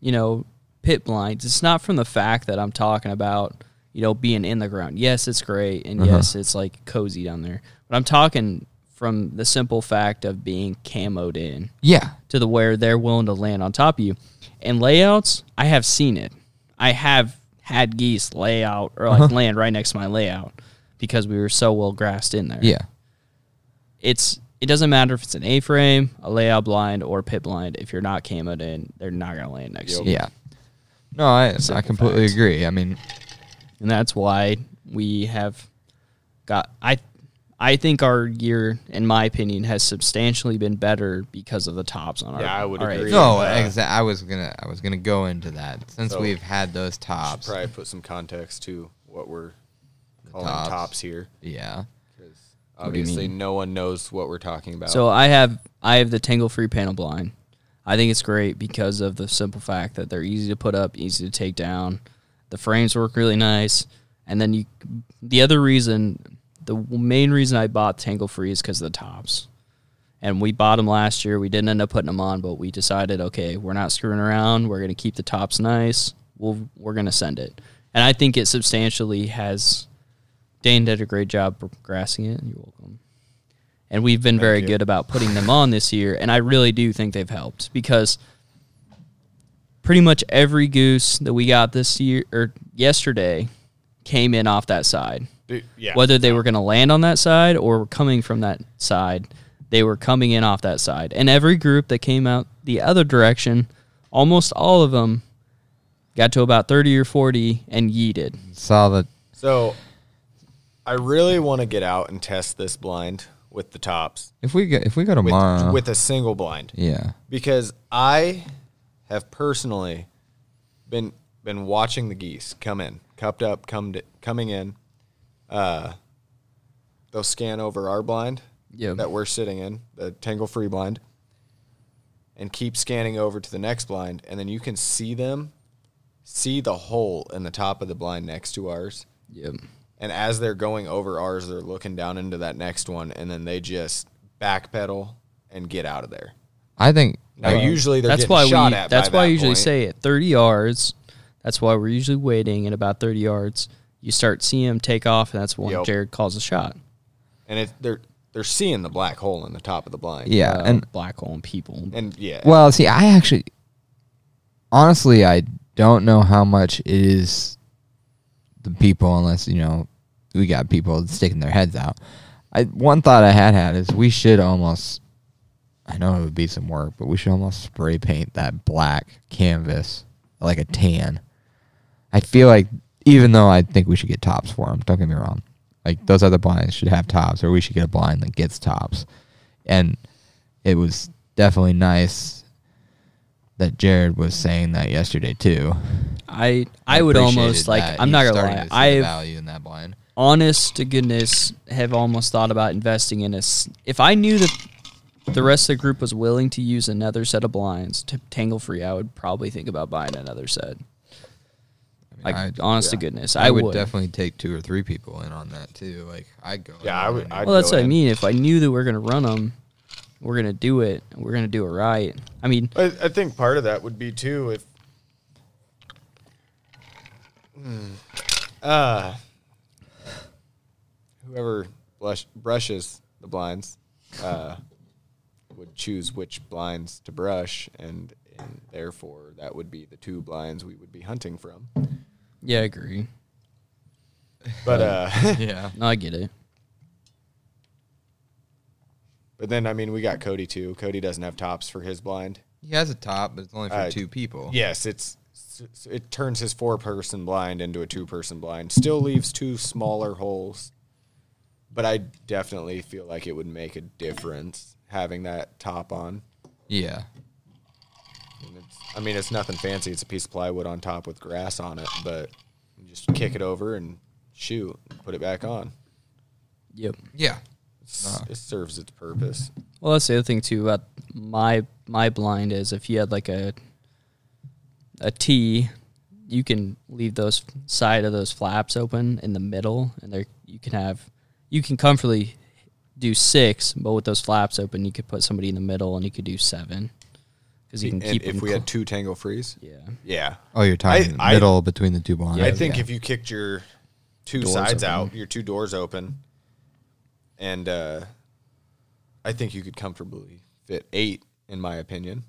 you know, pit blinds, it's not from the fact that I'm talking about, you know, being in the ground. Yes, it's great and
Uh-huh.
yes, it's like cozy down there. But I'm talking from the simple fact of being camoed in
yeah
to the where they're willing to land on top of you. And layouts, I have seen it. I have had geese lay out or like land right next to my layout because we were so well grassed in there
yeah
it's it doesn't matter if it's an A-frame, a layout blind, or pit blind. If you're not camoed in, they're not gonna land next to you,
yeah. No, I I completely
fact.
agree. I mean,
and that's why we have got. I I think our year, in my opinion, has substantially been better because of the tops on our.
Yeah, I would
our
agree.
A-frame.
no,
uh,
exa- I was gonna I was gonna go into that since
So-
we've had those
Should
tops.
probably put some context to what we're calling
tops.
tops, here,
Yeah,
because obviously no one knows what we're talking about.
So I have I have the tangle free panel blind. I think it's great because of the simple fact that they're easy to put up, easy to take down. The frames work really nice, and then you. The other reason, the main reason I bought tangle free is because of the tops, and we bought them last year. We didn't end up putting them on, but we decided, okay, we're not screwing around. We're gonna keep the tops nice. We'll we're gonna send it, and I think it substantially has. Dane did a great job grassing it. You're welcome and we've been very
you.
good about putting them on this year and i really do think they've helped because pretty much every goose that we got this year or yesterday came in off that side
Dude, yeah,
whether they were going to land on that side or were coming from that side they were coming in off that side and every group that came out the other direction almost all of them got to about 30 or 40 and yeeted
saw the
So I really want to get out and test this blind with the tops
if we go if we go
with,
tomorrow
with a single blind
yeah
because I have personally been been watching the geese come in, cupped up, come to, coming in. Uh, they'll scan over our blind
Yeah.
that we're sitting in, the tangle free blind, and keep scanning over to the next blind, and then you can see them, see the hole in the top of the blind next to ours.
yep.
And as they're going over ours, they're looking down into that next one, and then they just backpedal and get out of there.
I think uh,
Now, usually they're
that's
getting
why
shot
we,
at.
That's
by
why I
that
usually
point.
say at 30 yards. That's why we're usually waiting at about 30 yards. You start seeing him take off, and that's when
Yep.
Jared calls a shot.
and it, they're they're seeing the black hole in the top of the blind.
yeah
Uh,
and
black hole and people.
and yeah,
well see I actually honestly I don't know how much it is the people unless you know we got people sticking their heads out. I one thought I had had is we should almost I know it would be some work but we should almost spray paint that black canvas like a tan. I feel like even though I think we should get tops for them, don't get me wrong. Like those other blinds should have tops, or we should get a blind that gets tops. And it was definitely nice that Jared was saying that yesterday too.
I I would
appreciated
almost like
that.
I'm
He's
not gonna
starting
lie.
to see the
I
value in that blind.
honest to goodness have almost thought about investing in a. s- If I knew that the rest of the group was willing to use another set of blinds to tangle free, I would probably think about buying another set. Like
I'd-
honest to
yeah.
goodness,
I,
I,
would, definitely take two or three people in on that too. Like I'd go. in
Yeah, I
on
would-
it.
I'd
Well, that's
go
what I
in.
mean. If I knew that we are gonna run them, we're gonna do it. and We're gonna do it right. I mean,
I, I think part of that would be too if. Hmm. Uh, whoever blush, brushes the blinds uh, would choose which blinds to brush, and, and therefore that would be the two blinds we would be hunting from.
yeah, I agree.
But uh,
yeah.
No, I get it.
but then I mean we got Cody too. Cody doesn't have tops for his blind.
He has a top, but it's only for
Uh,
two people.
Yes, it's s- s- it turns his four person blind into a two person blind. Still leaves two smaller holes, but I definitely feel like it would make a difference having that top on.
Yeah.
And it's, I mean, it's nothing fancy. It's a piece of plywood on top with grass on it, but you just kick it over and shoot, and put it back on.
Yep.
Yeah.
It's,
Ah.
It serves its purpose.
Well, that's the other thing too about my my blind is if you had like a a T, you can leave those side of those flaps open in the middle, and there you can have you can comfortably do six, but with those flaps open, you could put somebody in the middle, and you could do seven because you can
And
keep
if
them
we
cl-
had two tango frees,
yeah.
yeah.
Oh, you're talking
I- I-
middle between the two blinds.
I think if you kicked your two sides out, your two doors open, and uh, I think you could comfortably fit eight, in my opinion.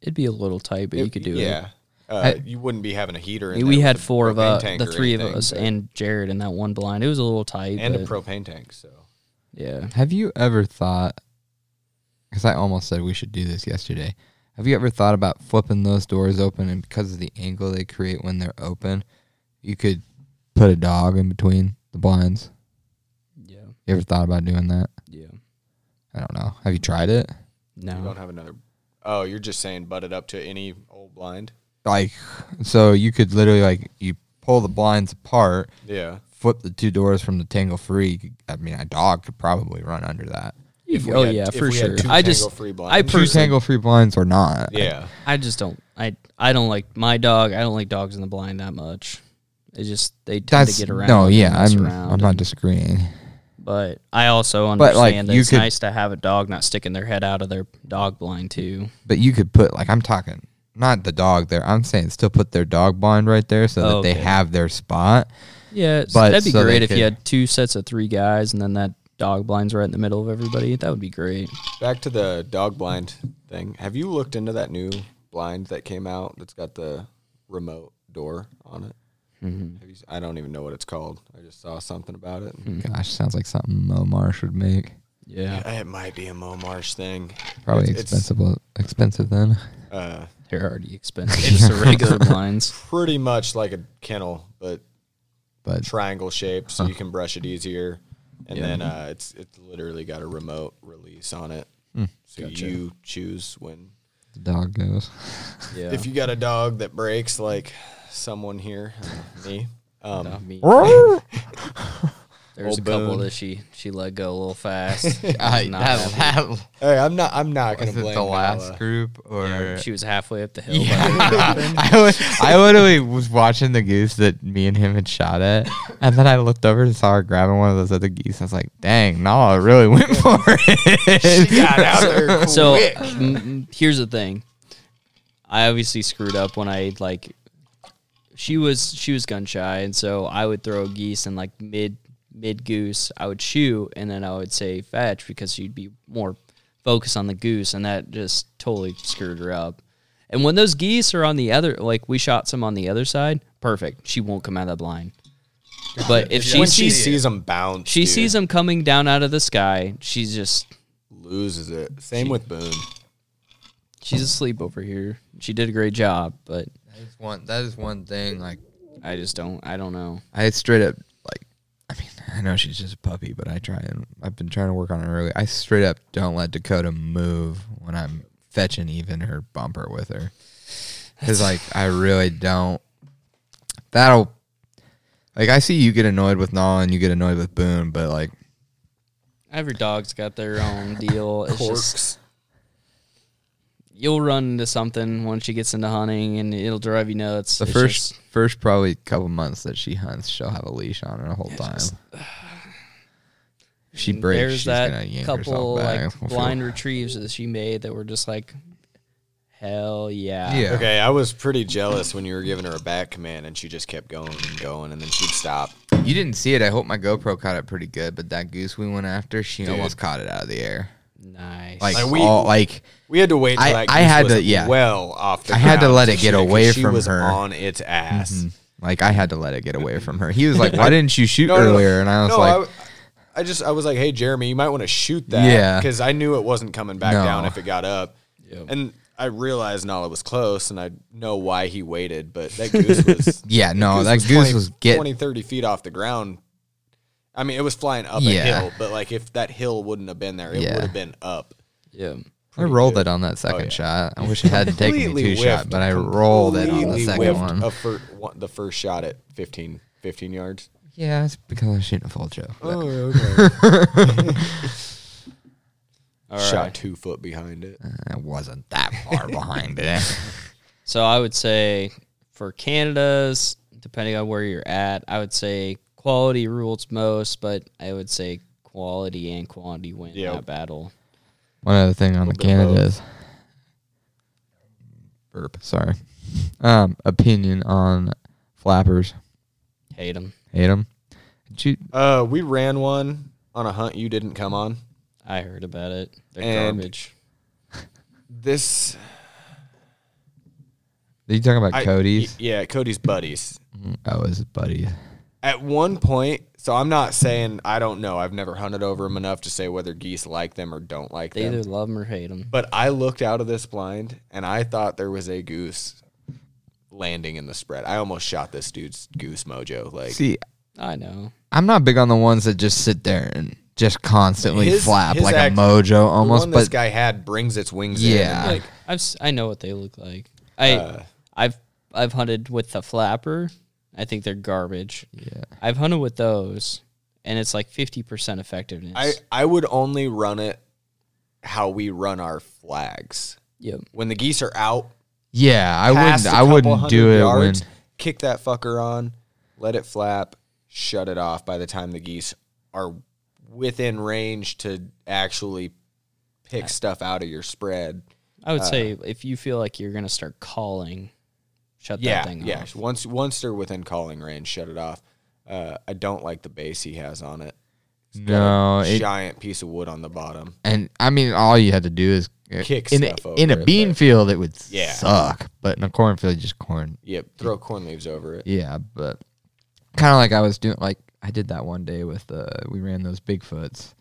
It'd be a little tight, but you could do it.
yeah. Uh,
I-
you wouldn't be having a heater.
I
In
mean,
there
we
with
had
a
four of
propane
uh,
tank
the
or
three of
anything,
us
so-
and Jared in that one blind. It was a little tight,
and a
but
propane tank. So
yeah.
Have you ever thought? Because I almost said we should do this yesterday. Have you ever thought about flipping those doors open and because of the angle they create when they're open, you could put a dog in between the blinds?
Yeah,
You ever thought about doing that?
yeah.
I don't know. Have you tried it?
you
No,
don't have another. Oh, you're just saying butt it up to any old blind.
Like, so you could literally like you pull the blinds apart,
Oh,
Yeah.
flip the two doors from the tangle free. you could- I mean, a dog could probably run under that.
You-
If we
oh
had-
yeah,
if
for
we had
sure.
two
I just,
tangle-free
I
blinds.
Two
personally,
tangle free blinds or not?
Yeah.
I just don't. I I don't like my dog. I don't like dogs in the blind that much. It's just they tend
That's
to get around.
no,
and
yeah.
mess
I'm
around
I'm not
and-
disagreeing.
But I also
But,
understand
like,
that
you
it's
could-
nice to have a dog not sticking their head out of their dog blind too.
But you could put like I'm talking not the dog there. I'm saying still put their dog blind right there so
Oh,
that
okay.
they have their spot.
Yeah, it's-
But
that'd be
so they
great if
could-
you had two sets of three guys and then that dog blind's right in the middle of everybody. That would be great.
Back to the dog blind thing. Have you looked into that new blind that came out that's got the remote door on it?
Mm-hmm.
Have you, s- I don't even know what it's called. I just saw something about it.
Gosh, sounds like something Mo Marsh would make.
Yeah,
It might be a Mo Marsh thing.
Probably
It's- it's-
expensive expensive then.
Uh,
they're already expensive. Just the regular blinds.
pretty much like a kennel, but
But
triangle shaped, so you can brush it easier. And then uh, it's it's literally got a remote release on it,
Hmm.
so you choose when.
the dog goes.
Yeah.
If you got a dog that breaks, like someone here, uh, me, um,
Not me. There's
Old
a couple
Boone.
that she she let go a little fast. Not happy.
that,
Hey, I'm not. I'm not gonna blame
the last
Nala.
group or
she was halfway up the hill.
I, was, I literally was watching the goose that me and him had shot at, and then I looked over and saw her grabbing one of those other geese. I was like, "Dang, no, it really went for it."
got out there
so m- m- here's the thing i obviously screwed up when i like she was she was gun shy and so i would throw a geese and like mid mid goose i would shoot and then i would say fetch because she'd be more focused on the goose and that just totally screwed her up and when those geese are on the other like we shot some on the other side perfect she won't come out of that blind but if she
when she
sees
sees them bounce,
she
dude,
sees them coming down out of the sky she's just
loses it. Same with Boone.
She's asleep over here. She did a great job, but
That is one. That is one thing. Like
I just don't. I don't know.
I straight up like. I mean, I know she's just a puppy, but I try and I've been trying to work on her really. I straight up don't let Dakota move when I'm fetching even her bumper with her, because like I really don't. That'll like I see you get annoyed with Nala and you get annoyed with Boone, but like
Every dog's got their own deal. It's just you'll run into something once she gets into hunting, and it'll drive you nuts.
the
It's
first
just-
first probably couple months that she hunts, she'll have a leash on her the whole time. If she
and
breaks,
there's
she's gonna
that
yank
couple
herself back.
like blind retrieves that she made that were just like, hell yeah,
yeah.
Okay, I was pretty jealous when you were giving her a back command and she just kept going and going and then she'd stop.
You didn't see it. I hope my GoPro caught it pretty good, but that goose we went after, she almost caught it out of the air.
nice.
Like,
Like, we-
all, like
We had to wait. Till
I-
that
I
goose
had
was
to- yeah.
Well, off the.
I had to
ground
let it
shoot
get
'cause
away
she
from
was
her.
on its ass.
like I had to let it get away from her. He was like, "Why didn't you shoot earlier?" And I was
No,
like,
w- I just I was like, hey Jeremy, you might want to shoot that,
Yeah.
because I knew it wasn't coming back
No.
down if it got up, and I realized Nala was close, and I know why he waited, but that goose was
"Yeah, no, that goose
20,
was get
20, 30 feet off the ground. I mean, it was flying up
Yeah.
a hill, but like if that hill wouldn't have been there, it
Yeah.
would have been up.
yeah,
I rolled it on that second
Oh, yeah.
shot. I wish it hadn't taken me
Completely
two shot,
whiffed,
but I rolled it on the
completely
second
whiffed Oh.
one.
a fir- one- the first shot at 15, 15 yards.
Yeah, it's because I was shooting a full Joe. But
Oh. okay.
All
Shot
right.
two foot
Uh,
behind it.
I wasn't that far behind it.
So I would say for Canada's, depending on where you're at, I would say quality rules most, but I would say quality and quantity win
Yep.
that battle.
One other thing on the
bit of both.
Canada's burp. Sorry. Um, opinion on flappers.
Hate them.
Hate them.
Uh, we ran one on a hunt you didn't come on.
I heard about it. They're
And-
garbage.
This
you talking about
I-
Cody's?
y- yeah, Cody's buddies.
oh, his buddy.
At one point, so I'm not saying I don't know. I've never hunted over them enough to say whether geese like them or don't like
They
them.
either love them or hate them.
But I looked out of this blind and I thought there was a goose landing in the spread. I almost shot this dude's goose mojo. Like
See,
I know.
I'm not big on the ones that just sit there and just constantly
His-
flap
his
like
act-
a mojo
the
almost.
one this
But
guy had brings its wings in.
Yeah.
and,
Like, I've s- I know what they look like. I
Ah. Uh,
I've I've hunted with the flapper. I think they're garbage.
yeah,
I've hunted with those, and it's like fifty percent effectiveness.
I, I would only run it how we run our flags.
yep.
When the geese are out,
yeah, I
past
wouldn't.
a
I
couple
wouldn't do
hundred
it
yards,
when.
kick that fucker on, let it flap, shut it off by the time the geese are within range to actually pick stuff out of your spread.
I would say
Uh,
if you feel like you're gonna start calling, shut
yeah,
that thing
yeah.
off.
Once once they're within calling range, shut it off. Uh, I don't like the base he has on it. It's got
No,
a
it-
giant piece of wood on the bottom.
And I mean, all you had to do is
Kick
in a,
stuff
in a
over it,
bean
but-
field. It would
Yeah.
suck, but in a cornfield, you just corn.
Yep, throw corn leaves over it.
Yeah, but kind of like I was doing, like I did that one day with uh, we ran those Bigfoots.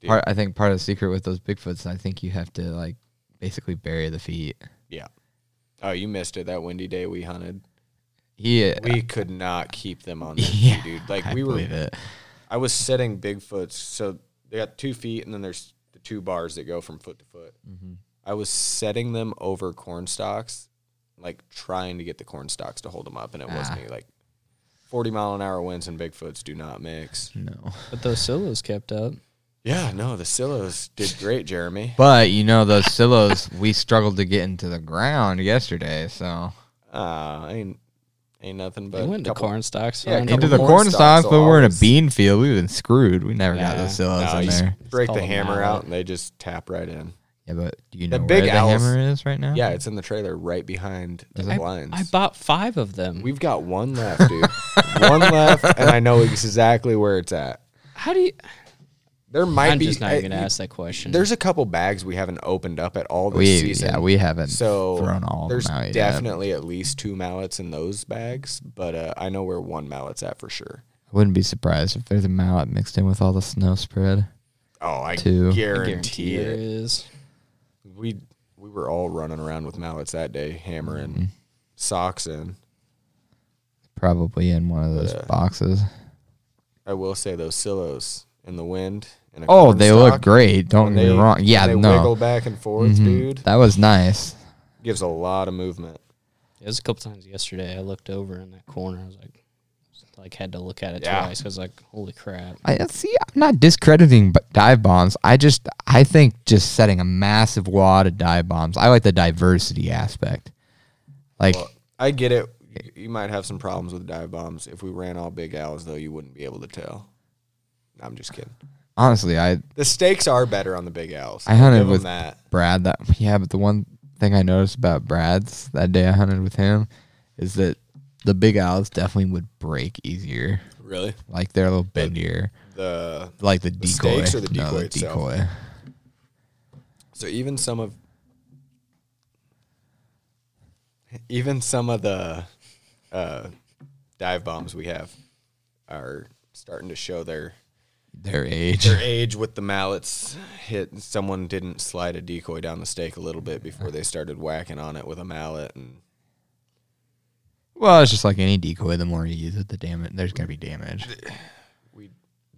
Dude.
Part, I think part of the secret with those Bigfoots, I think you have to like basically bury the feet.
Yeah. Oh, you missed it that windy day we hunted.
He,
We could not keep them on this
Yeah,
dude. Like
I
we were
believe it.
I was setting Bigfoots. So they got two feet, and then there's the two bars that go from foot to foot.
Mm-hmm.
I was setting them over corn stalks, like trying to get the corn stalks to hold them up, and it
Ah.
wasn't like 40 mile an hour winds and Bigfoots do not mix.
No,
But those silos kept up.
Yeah, no, the silos did great, Jeremy.
but you know those silos, we struggled to get into the ground yesterday. So
Uh, ain't ain't nothing but
They went to
couple-
corn stalks.
Yeah,
fine.
couple
into the
corn
corn
stalks
stalks, but we're in a
always-
bean field. We've been screwed. We never got
Yeah.
those silos
No,
in
you
there.
break
call
the
them
hammer
out.
out, and they just tap right in.
Yeah, but do you
The
know
big
where the
owls-
hammer is right now?
Yeah, it's in the trailer right behind the blinds.
I bought five of them.
We've got one left, dude. one left, and I know exactly where it's at.
How do you?
There might
I'm
be.
just not
I-
even gonna ask that question.
There's a couple bags we haven't opened up at all this
we
season.
yeah we haven't
so
thrown all
there's
of them out yet.
definitely at least two mallets in those bags, but uh, I know where one mallet's at for sure.
I wouldn't be surprised if there's a mallet mixed in with all the snow spread.
Oh, I
Two.
I
guarantee
there
it.
is.
We we were all running around with mallets that day, hammering
Mm-hmm.
socks in.
Probably in one of those
Yeah.
boxes.
I will say those silos in the wind. And a
Oh, they look
cornstalk,
great. Don't
when
get me
they-
wrong.
when
Yeah,
they wiggle
no, Mm-hmm.
back and forth, dude.
that was nice.
Gives a lot of movement.
It was a couple times yesterday. I looked over in that corner. I was like, like had to look at it
Yeah.
twice. I was like, holy crap.
I see. I'm not discrediting b- dive bombs. I just I think just setting a massive wad of dive bombs. I like the diversity aspect. Like
Well, I get it. You- You might have some problems with dive bombs. If we ran all big owls, though, you wouldn't be able to tell. No, I'm just kidding.
honestly, I
The stakes are better on the big owls.
I
I'll
hunted
give 'em
with-
that.
Brad that yeah, but the one thing I noticed about Brad's that day I hunted with him is that the big owls definitely would break easier.
Really,
Like they're a little bendier.
the
Like the decoy.
stakes or the
No,
decoy itself?
decoy.
so even some of even some of the uh, dive bombs we have are starting to show their
Their age.
their age with the mallets hit someone didn't slide a decoy down the stake a little bit before they started whacking on it with a mallet and
Well, it's just like any decoy. The more you use it, the damage there's gonna be damage.
we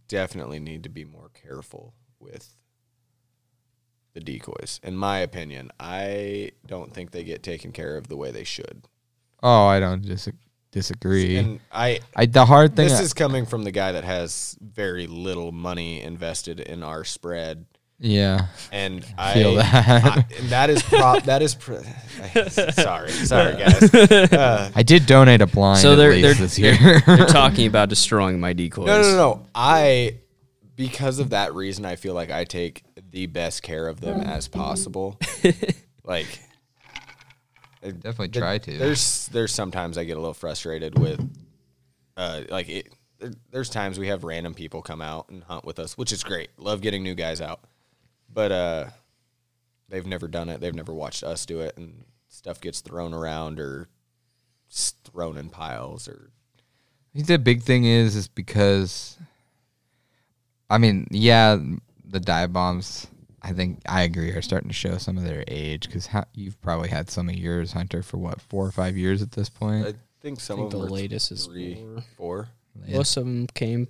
definitely need to be more careful with the decoys in my opinion i don't think they get taken care of the way they should
Oh, I don't dis- disagree.
and i
I the hard thing
this
I-
is coming from the guy that has very little money invested in our spread
yeah.
and I,
Feel that.
I- and that is prop that is pr- sorry, sorry guys. Uh,
I did donate a blind
So
at
they're
least
they're,
this
they're,
year.
they're talking about destroying my decoys.
no, no, no, no. I because of that reason, I feel like I take the best care of them as possible. like
Definitely try to.
there's there's sometimes I get a little frustrated with, uh, like it. there- There's times we have random people come out and hunt with us, which is great. Love getting new guys out, but uh, they've never done it. They've never watched us do it, and stuff gets thrown around or s- thrown in piles or
I think the big thing is is because I mean, yeah, the dive bombs I think I agree are starting to show some of their age because you've probably had some of yours, Hunter, for what four or five years at this point.
I think some
think
of
the
them are
latest is
three,
four.
four.
Most of them came.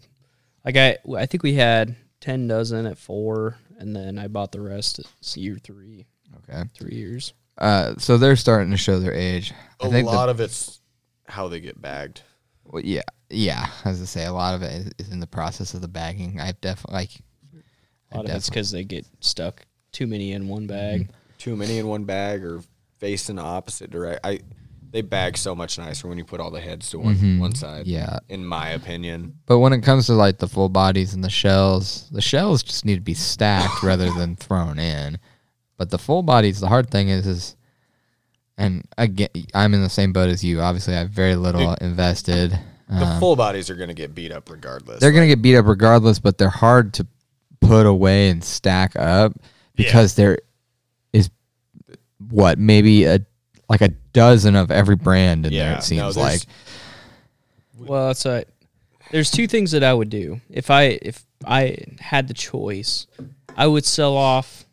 Like I, I think we had ten dozen at four, and then I bought the rest at year three,
okay,
three years.
uh, so they're starting to show their age. I
A
think the-
lot of it's how they get bagged.
Well, yeah, yeah. As I say, a lot of it is, is in the process of the bagging. I've definitely like
A lot of it's because they get stuck too many in one bag.
too many in one bag or faced in the opposite direct. I they bag so much nicer when you put all the heads to one one side.
yeah.
in my opinion.
But when it comes to like the full bodies and the shells, the shells just need to be stacked rather than thrown in. But the full bodies, the hard thing is, is and again, I'm in the same boat as you. Obviously, I have very little invested.
The
Um,
full bodies are going to get beat up regardless.
they're gonna get beat up regardless, but they're hard to put away and stack up because there is what maybe a like a dozen of every brand in there.
Yeah,
It seems
no,
like
there's-
Well, that's a. There's two things that I would do if I if I had the choice. I would sell off.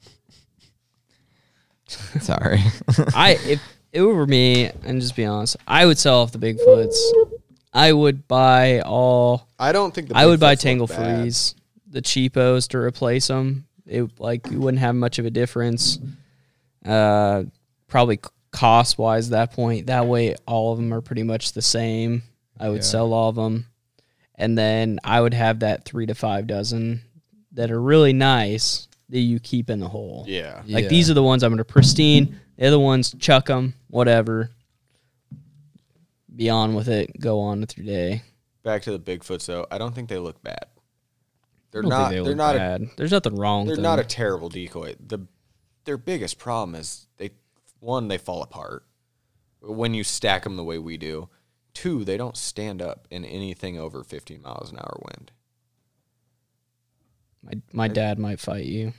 sorry,
I if it were me, and just be honest, I would sell off the Bigfoots. I would buy all.
I don't think the
I would buy
Bigfoots
Tangle
look bad.
Freeze, the cheapos to replace them. It like you wouldn't have much of a difference, uh, probably cost wise at that point. That way, all of them are pretty much the same. I would sell all of them, and then I would have that three to five dozen that are really nice that you keep in the hole.
Yeah,
Like these are the ones I'm gonna pristine. The other ones, chuck them, whatever. Be on with it. Go on with your day.
back to the Bigfoots though. I don't think they look bad. They're
I don't think
not. They
they
are
look
not. A,
bad. There's nothing wrong.
they're
with
not a
them.
terrible decoy. The their biggest problem is they one they fall apart when you stack them the way we do. Two, they don't stand up in anything over 15 miles an hour wind.
My, my dad might fight you.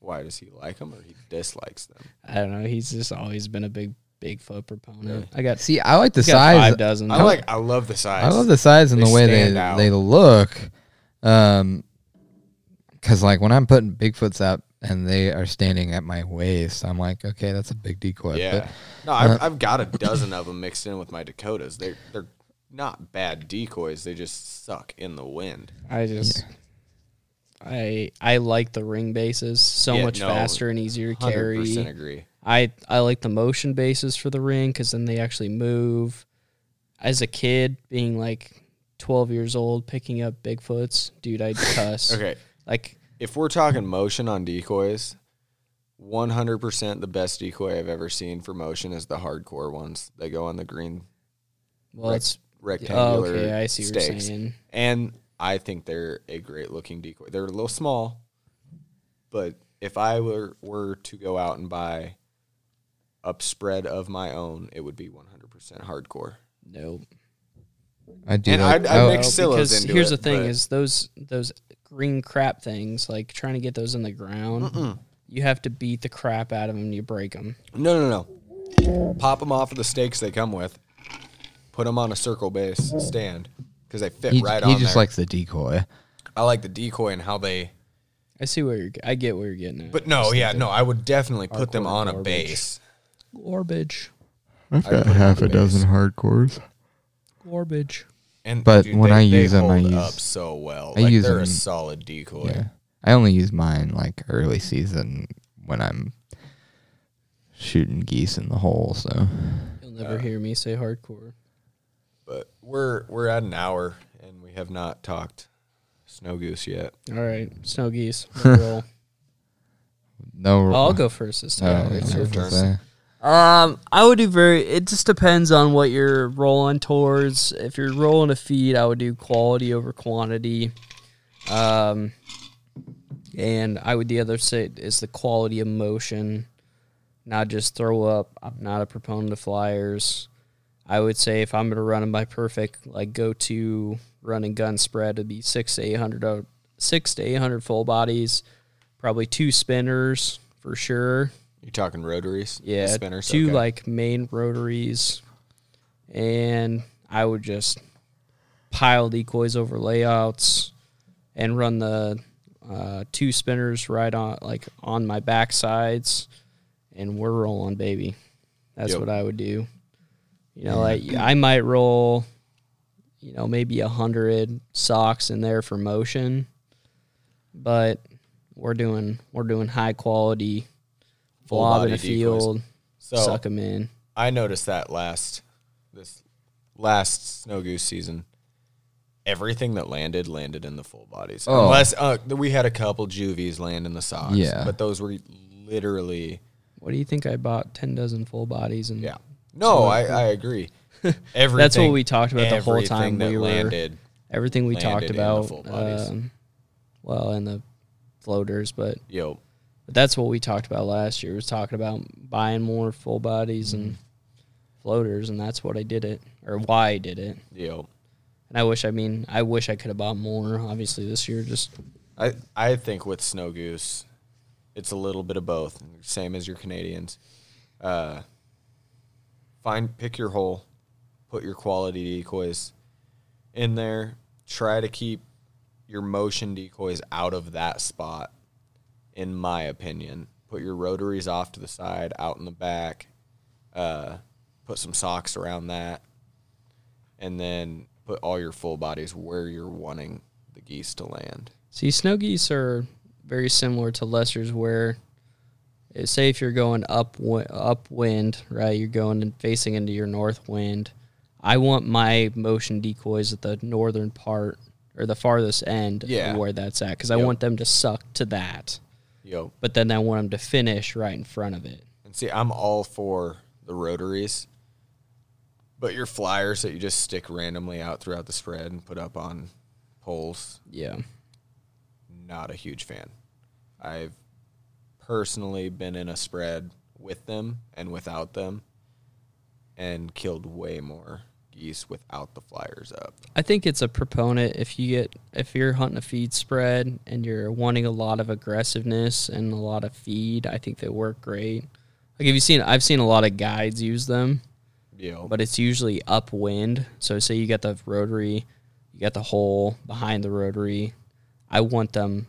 Why does he like them or he dislikes them?
I don't know. He's just always been a big Bigfoot proponent. I got,
see, I like the
I got
size.
five dozen.
I like. I love the size.
I love the size and
They
the way they
stand out.
they look. Um, because like when I'm putting Bigfoots up and they are standing at my waist, I'm like, okay, that's a big decoy.
Yeah. No,
uh,
I've, I've got a dozen of them mixed in with my Dakotas. They're they're not bad decoys. They just suck in the wind.
I just, I I like the ring bases so
Yeah,
much
no,
faster and easier to
Hundred
carry.
percent agree.
I I like the motion bases for the ring because then they actually move. As a kid, being like twelve years old, picking up Bigfoots, dude, I'd cuss.
Okay,
like
if we're talking motion on decoys, one hundred percent the best decoy I've ever seen for motion is the hardcore ones. They go on the green
well,
Right.
it's oh,
rectangular
okay. I see what you're
stakes.
saying.
And I think they're a great looking decoy. They're a little small, but if I were, were to go out and buy upspread of my own, it would be 100% hardcore.
Nope.
But I do.
And
like-
I'd- I'd
oh,
mix- Xylos
because
into
here's
it,
the thing:
but-
is those those green crap things, like trying to get those in the ground, you have to beat the crap out of them. You break them.
No, no, no. Pop them off of the stakes they come with, put them on a circle base stand because they fit
he,
right
he
on
just
there.
likes the decoy.
I like the decoy and how they.
I see where you're. I get where you're getting at.
But no, yeah, no, I would definitely put them on a
garbage.
base.
garbage,
I've
got half a dozen
hardcores.
garbage.
And
But when I use them, I
hold
use-
up so well.
I
like
use
they're
them-
a solid decoy.
Yeah. I only use mine like early season when I'm shooting geese in the hole. So
You'll never hear me say hardcore.
but we're we're at an hour and we have not talked snow goose yet.
All right, snow geese. we'll roll.
no.
I'll go first this time.
Oh, yeah,
It's
I
your
was
turn.
gonna say.
Um, I would do very. It just depends on what you're rolling towards. If you're rolling a feed, I would do quality over quantity. Um, and I would the other say is the quality of motion, not just throw up. I'm not a proponent of flyers. I would say if I'm gonna run my perfect like go to run and gun spread, it'd be six to eight hundred uh, six to eight hundred full bodies, probably two spinners for sure.
You talking rotaries?
Yeah,
Spinners?
two
Okay.
like main rotaries, and I would just pile decoys over layouts and run the uh, two spinners right on like on my back sides, and we're rolling, baby. That's
Yep.
what I would do. You know, like I might roll, you know, maybe a hundred socks in there for motion, but we're doing we're doing high quality
Full
blob in
body
the
decoys.
field,
So
suck them in.
I noticed that last this last snow goose season. Everything that landed landed in the full bodies.
Oh.
Unless uh, we had a couple juvies land in the socks.
Yeah.
But those were literally
What do you think I bought? Ten dozen full bodies and
Yeah. No, I, I agree. Everything
That's what we talked about the whole
everything
time
that
we were-
landed.
everything we
Landed
talked
in the
about.
full bodies.
um, well, and the floaters, but,
Yo,
but that's what we talked about last year. Was talking about buying more full bodies
Mm.
and floaters, and that's what I did it or why I did it.
yo.
And I wish, I mean, I wish I could have bought more. Obviously, this year just
I I think with snow goose, it's a little bit of both. Same as your Canadians. Uh, find pick your hole, put your quality decoys in there. Try to keep your motion decoys out of that spot. In my opinion, put your rotaries off to the side, out in the back. Uh, put some socks around that, and then put all your full bodies where you're wanting the geese to land.
See, snow geese are very similar to lessers, where uh, say if you're going up upwind, right, you're going and facing into your north wind. I want my motion decoys at the northern part or the farthest end of
Yeah.
where that's at because I want them to suck to that,
Yo,
but then I want them to finish right in front of it.
and see, I'm all for the rotaries, but your flyers that you just stick randomly out throughout the spread and put up on poles,
Yeah,
not a huge fan. I've personally been in a spread with them and without them and killed way more geese without the flyers up.
I think it's a proponent if you get if you're hunting a feed spread and you're wanting a lot of aggressiveness and a lot of feed, I think they work great. Like have you seen I've seen a lot of guides use them,
Yo,
but it's usually upwind. So say you got the rotary, you got the hole behind the rotary. I want them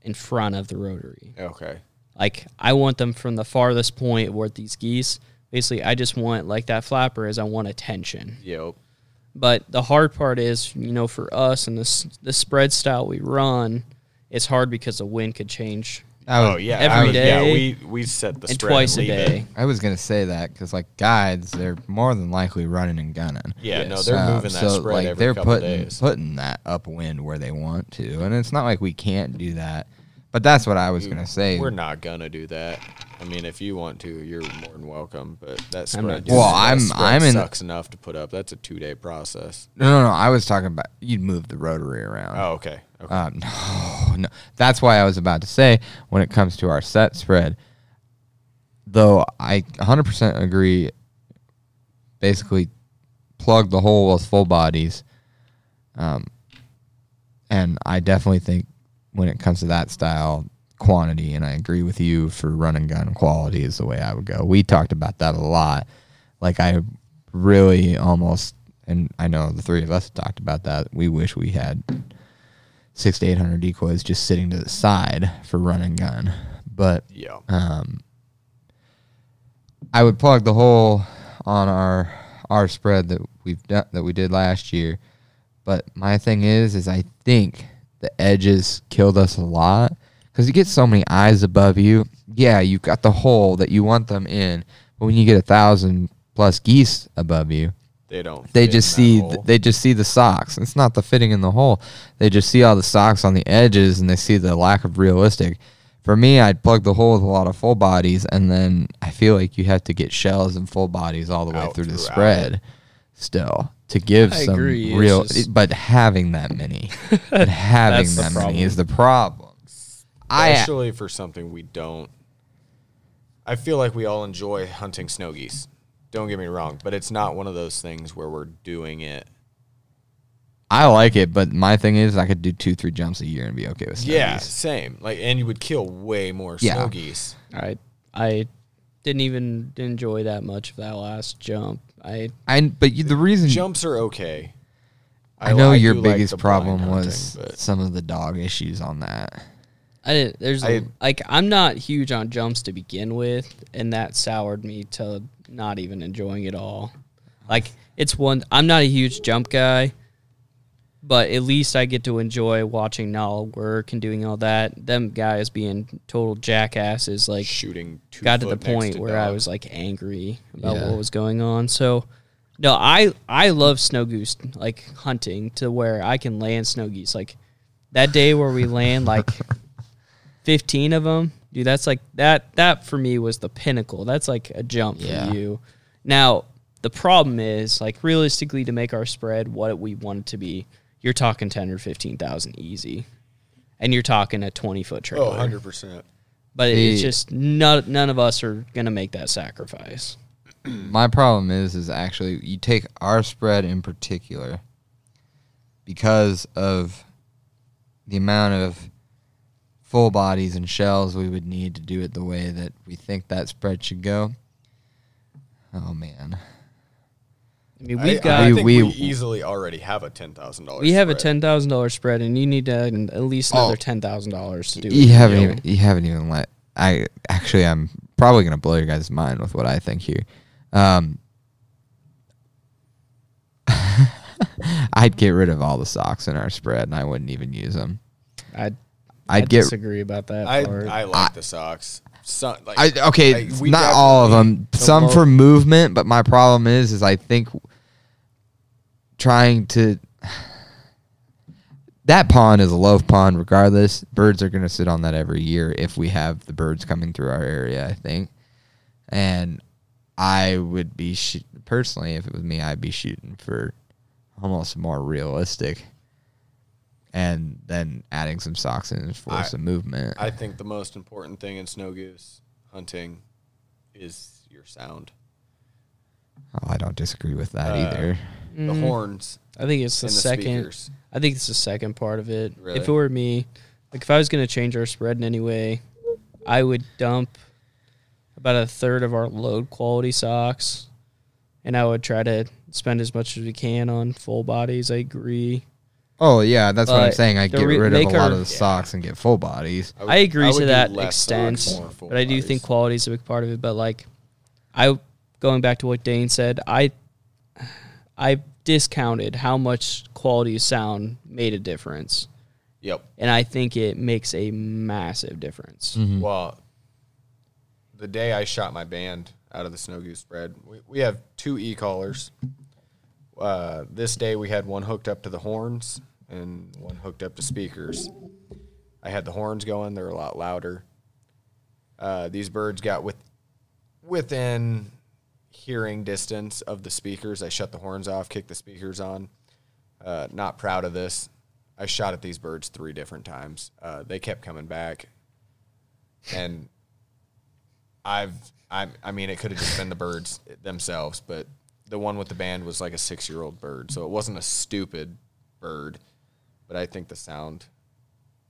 in front of the rotary.
okay.
Like I want them from the farthest point where these geese basically I just want like that flapper is I want attention.
Yo,
But the hard part is, you know, for us and this the spread style we run, it's hard because the wind could change.
I was,
Every
I was-
day
Oh, Yeah, we, we set the
and
spread
twice a
leave it.
day.
I was gonna say that because like guides, they're more than likely running and gunning.
Yeah, no, they're
Um,
moving that
so,
spread
like,
every
they're
couple
putting,
days.
Putting that upwind where they want to, and it's not like we can't do that. But that's what I was gonna say.
We're not gonna do that. I mean, if you want to, you're more than welcome. But that
I'm not
spread,
doing Well,
that
I'm-
spread
I'm in-
sucks enough to put up. That's a two day process.
no, no, no. I was talking about you'd move the rotary around.
Oh, okay. Okay.
Um, no, no. That's why I was about to say when it comes to our set spread, though I 100% agree, basically plug the hole with full bodies. Um, and I definitely think when it comes to that style, quantity, and I agree with you for run and gun quality is the way I would go. We talked about that a lot. Like, I really almost, and I know the three of us talked about that. We wish we had six to eight hundred decoys just sitting to the side for run and gun. But
yeah.
um, I would plug the hole on our our spread that we've done that we did last year. But my thing is, is I think the edges killed us a lot because you get so many eyes above you. Yeah, you've got the hole that you want them in, but when you get a thousand plus geese above you,
They don't.
they
fit in
just
that
see
hole.
they just see the socks. It's not the fitting in the hole. They just see all the socks on the edges and they see the lack of realistic For me, I'd plug the hole with a lot of full bodies, and then I feel like you have to get shells and full bodies all the way
Out
through the
throughout.
spread still to give
I
some
agree, it's
real.
just-
but having that many, but having
That's the
that
problem.
many is the problem. I
Especially for something we don't. I feel like we all enjoy hunting snow geese. Don't get me wrong, but it's not one of those things where we're doing it.
I like it, but my thing is I could do two three jumps a year and be okay with. Snow
yeah,
geese.
same. Like, and you would kill way more
Yeah.
snow geese.
I I didn't even enjoy that much of that last jump. I
I but you, the reason
Jumps are okay.
Hmm. I know
li-
your
do like
biggest
the blind
problem
hunting,
was
but-
some of the dog issues on that.
I didn't. There's
I-
like I'm not huge on jumps to begin with, and that soured me to not even enjoying it all. Like it's one. I'm not a huge jump guy, but at least I get to enjoy watching Nala work and doing all that. Them guys being total jackasses, like
shooting. Two
got to the
foot next
point
to
where I
dog.
was like angry about
Yeah.
what was going on. So, no, I I love snow goose like hunting to where I can land snow geese. Like that day where we land like fifteen of them, dude. That's like that that for me was the pinnacle. That's like a jump
Yeah.
for you. Now the problem is like realistically to make our spread what we want it to be. You're talking ten or fifteen thousand easy, and you're talking a twenty foot trailer
oh, 100 percent.
but it it's
The-
just none, none of us are gonna make that sacrifice.
Hmm.
My problem is is actually you take our spread in particular because of the amount of full bodies and shells we would need to do it the way that we think that spread should go. Oh man.
I mean,
I,
we've
I
got
We-
think
we-
we, easily already have a ten thousand dollars.
we have a ten thousand dollar spread, and you need to add an- at least another
Oh.
ten thousand dollars to do
you
it.
haven't even you haven't even let I actually I'm probably gonna blow your guys' mind with what I think here. Um, I'd get rid of all the socks in our spread and I wouldn't even use them.
I I
I'd get
disagree about that
I
part.
I like the socks. So, like,
I okay,
like, we
not all of
definitely-
them. Some for movement, but my problem is is I think trying to that pond is a low pond regardless. Birds are going to sit on that every year if we have the birds coming through our area, I think. And I would be sh- personally if it was me, I'd be shooting for almost more realistic and then adding some socks in for
I-
some movement.
I think the most important thing in snow goose hunting is your sound.
Oh, I don't disagree with that
Uh,
either.
The
Mm-hmm.
horns
I think Mm. it's the,
and the
second.
speakers.
I think it's the second part of it.
Really?
If it were me, like if I was gonna change our spread in any way, I would dump about a third of our load quality socks, and I would try to spend as much as we can on full bodies. I agree.
Oh yeah, that's what I'm
But
saying. I
the
get
re-
rid of a
make
lot
our-
of the socks and get full bodies.
would-
I agree
would
to
do
that
less
extent,
socks, more full
but I do
bodies.
think quality is a big part of it. But like, I going back to what Dane said, I I discounted how much quality sound made a difference,
Yep.
and I think it makes a massive difference.
Well, the day I shot my band out of the snow goose spread, we, we have two e collars. Uh, this day we had one hooked up to the horns and one hooked up to speakers. I had the horns going; they're a lot louder. Uh, these birds got with within hearing distance of the speakers. I shut the horns off, kicked the speakers on. Uh, not proud of this. I shot at these birds three different times. Uh, they kept coming back and I've I I mean it could have just been the birds themselves, but the one with the band was like a six year old bird, so it wasn't a stupid bird, but I think the sound,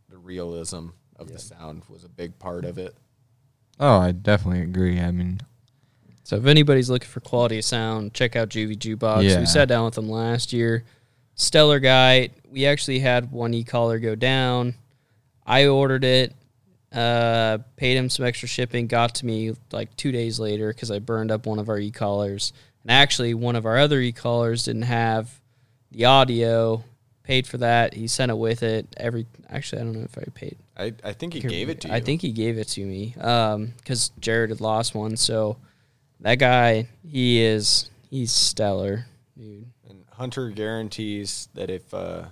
the realism of the sound was a big part of it.
Oh, I definitely agree. I mean,
So if anybody's looking for quality of sound, check out Juvie Jukebox.
Yeah.
We sat down with them last year. Stellar guy. We actually had one e-collar go down. I ordered it, uh, paid him some extra shipping, got to me like two days later because I burned up one of our e-collars. And actually, one of our other e-collars didn't have the audio. Paid for that. He sent it with it. Every actually, I don't know if I paid.
I I think he gave it to you.
I think he gave it to me because Jared had lost one. So that guy, he is he's stellar, dude.
and Hunter guarantees that if uh,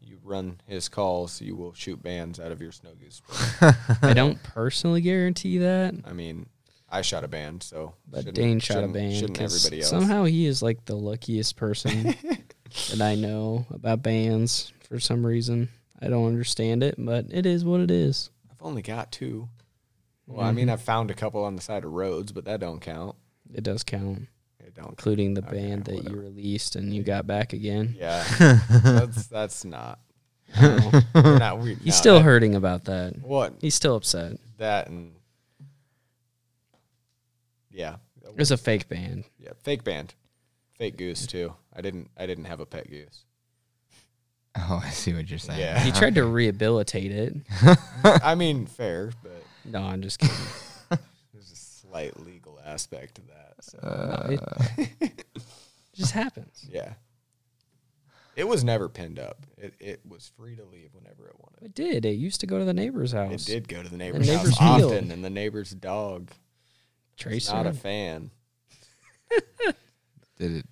you run his calls, you will shoot bands out of your snow goose. spray.
I don't personally guarantee that,
I mean, I shot a band, so
but
shouldn't-
Dane shot a
shouldn't-
band.
Shouldn't
'cause
everybody else?
Somehow he is like the luckiest person that I know about bands for some reason. I don't understand it, but it is what it is.
I've only got two. Well, I mean, I've found a couple on the side of roads, but that don't count.
It does count,
It don't. count.
including the
Okay,
band that
whatever.
you released and you got back again.
Yeah, that's that's not.
Oh.
we're not we,
He's
no,
still
that-
hurting about that.
What
He's still upset.
that and yeah,
It was a fake band.
yeah, fake band, fake goose too. I didn't I didn't have a pet goose.
Oh, I see what you're saying.
He
Yeah,
tried to rehabilitate it.
I mean fair, but
No, I'm just kidding.
there's a slight legal aspect to that. So
It just happens.
yeah, it was never pinned up. It it was free to leave whenever it wanted.
It did. It used to go to the neighbor's house.
It did go to the neighbor's,
neighbor's
house
field.
often, and the neighbor's dog is
Tracer.
not a fan.
Did it?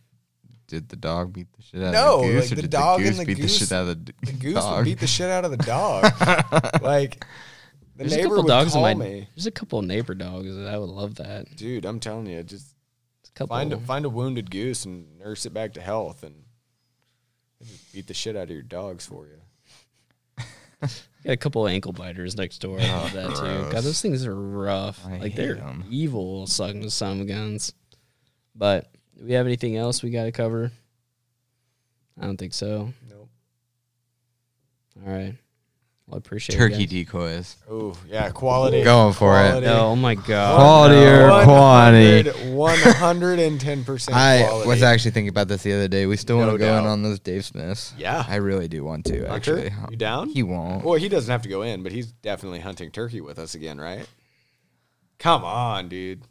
Did the dog beat the shit out
No,
of the
like,
goose,
the
or did
dog
the
and
goose
the
beat
goose-
the shit out of the, d-
The goose would
dog?
beat the shit out of the dog. like the
There's a
neighbor
couple
would
dogs in
call
my.
me,
There's a couple of neighbor dogs that I would love that.
dude. I'm telling you, just
It's a couple.
Oh.
find a, find a wounded goose and nurse it back to health, and they'll just beat the shit out of your dogs for you.
got a couple of ankle biters next door. I love that too. God, those things are rough.
I
like
hate
they're
'em.
evil, sucking with some guns. But do we have anything else we got to cover? I don't think so.
Nope.
All right. Well, I appreciate it.
Turkey
guys.
decoys.
Oh yeah, quality.
Going for it.
quality.
No, oh my god.
Quality or quantity.
One hundred and ten percent.
I was actually thinking about this the other day. We still
No
want to go
doubt.
in on those Dave Smiths.
Yeah.
I really do want to
Hunter,
actually.
you down?
He won't.
Well, he doesn't have to go in, but he's definitely hunting turkey with us again, right? Come on, dude.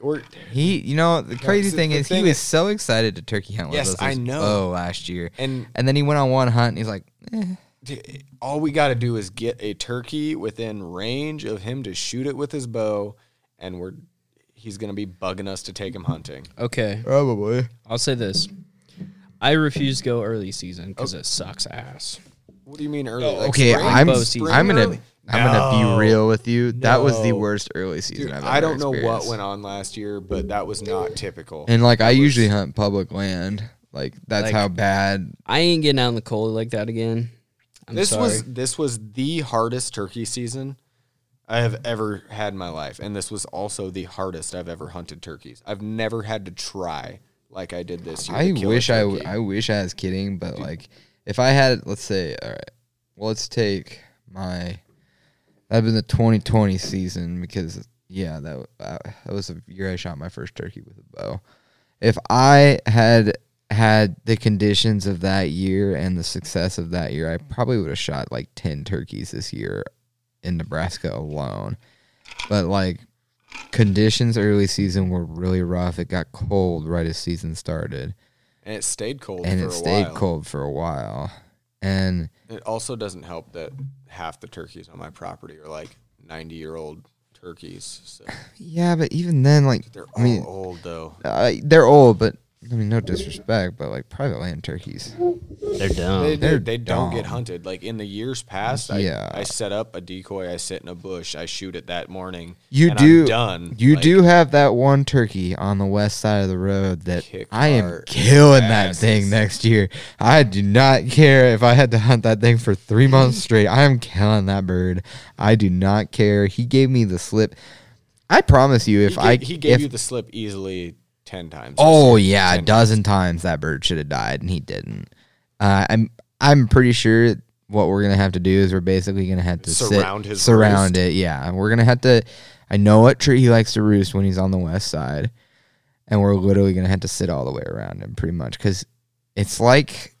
Or
He, you know, the crazy
the-
thing
the
is,
thing
he was
is-
so excited to turkey hunt with
Yes,
us.
I
this-
know.
Oh, last year,
and
and then he went on one hunt, and he's like, eh.
d- all we got to do is get a turkey within range of him to shoot it with his bow, and we're he's gonna be bugging us to take him hunting.
Okay.
probably.
I'll say this. I refuse to go early season
Oh.
because it sucks ass.
What do you mean early? Like
Okay,
spring?
I'm,
bow season.
I'm gonna,
early?
I'm gonna
No.
be real with you. That was the
No.
worst early season
Dude,
I've ever
I don't know what
experienced.
went on last year, but that was not typical.
And like, I usually hunt public land. Like that's
Like-
how bad.
I ain't getting out in the cold like that again. I'm
this
sorry.
was this was the hardest turkey season I have ever had in my life, and this was also the hardest I've ever hunted turkeys. I've never had to try like I did this year.
I
to kill a
wish I, w-
turkey.
I wish I was kidding, but like, if I had, let's say, all right, well, let's take my. That'd been the 2020 season because yeah, that w- uh, that was the year I shot my first turkey with a bow. If I had had the conditions of that year and the success of that year, I probably would have shot like 10 turkeys this year in Nebraska alone. But like conditions early season were really rough. It got cold right as season started
and it stayed cold
and
for
it
a
stayed
while.
cold for a while. And
It also doesn't help that half the turkeys on my property are like ninety year old turkeys. So
yeah, but even then, like
they're all
I mean,
old though.
uh, they're old, but I mean, no disrespect, but like private land turkeys.
They're dumb.
They,
um, they're
they, they don't get
dumb.
hunted. Like in the years past, I,
Yeah.
I set up a decoy, I sit in a bush, I shoot it that morning.
You
and I'm
do,
done.
you
Like,
do have that one turkey on the west side of the road that
Kick
I am
our
killing
asses.
that thing next year. I do not care if I had to hunt that thing for three months straight. I am killing that bird. I do not care. He gave me the slip. I promise you, if
he
I
gave, he gave
if
you the slip easily ten times.
Oh yeah, a
Ten
dozen times that bird should have died and he didn't. Uh, I'm I'm pretty sure what we're gonna have to do is we're basically gonna have to sit-
Surround his
surround it. Yeah, and we're gonna have to. I know what tree he likes to roost when he's on the west side, and we're literally gonna have to sit all the way around him pretty much because it's like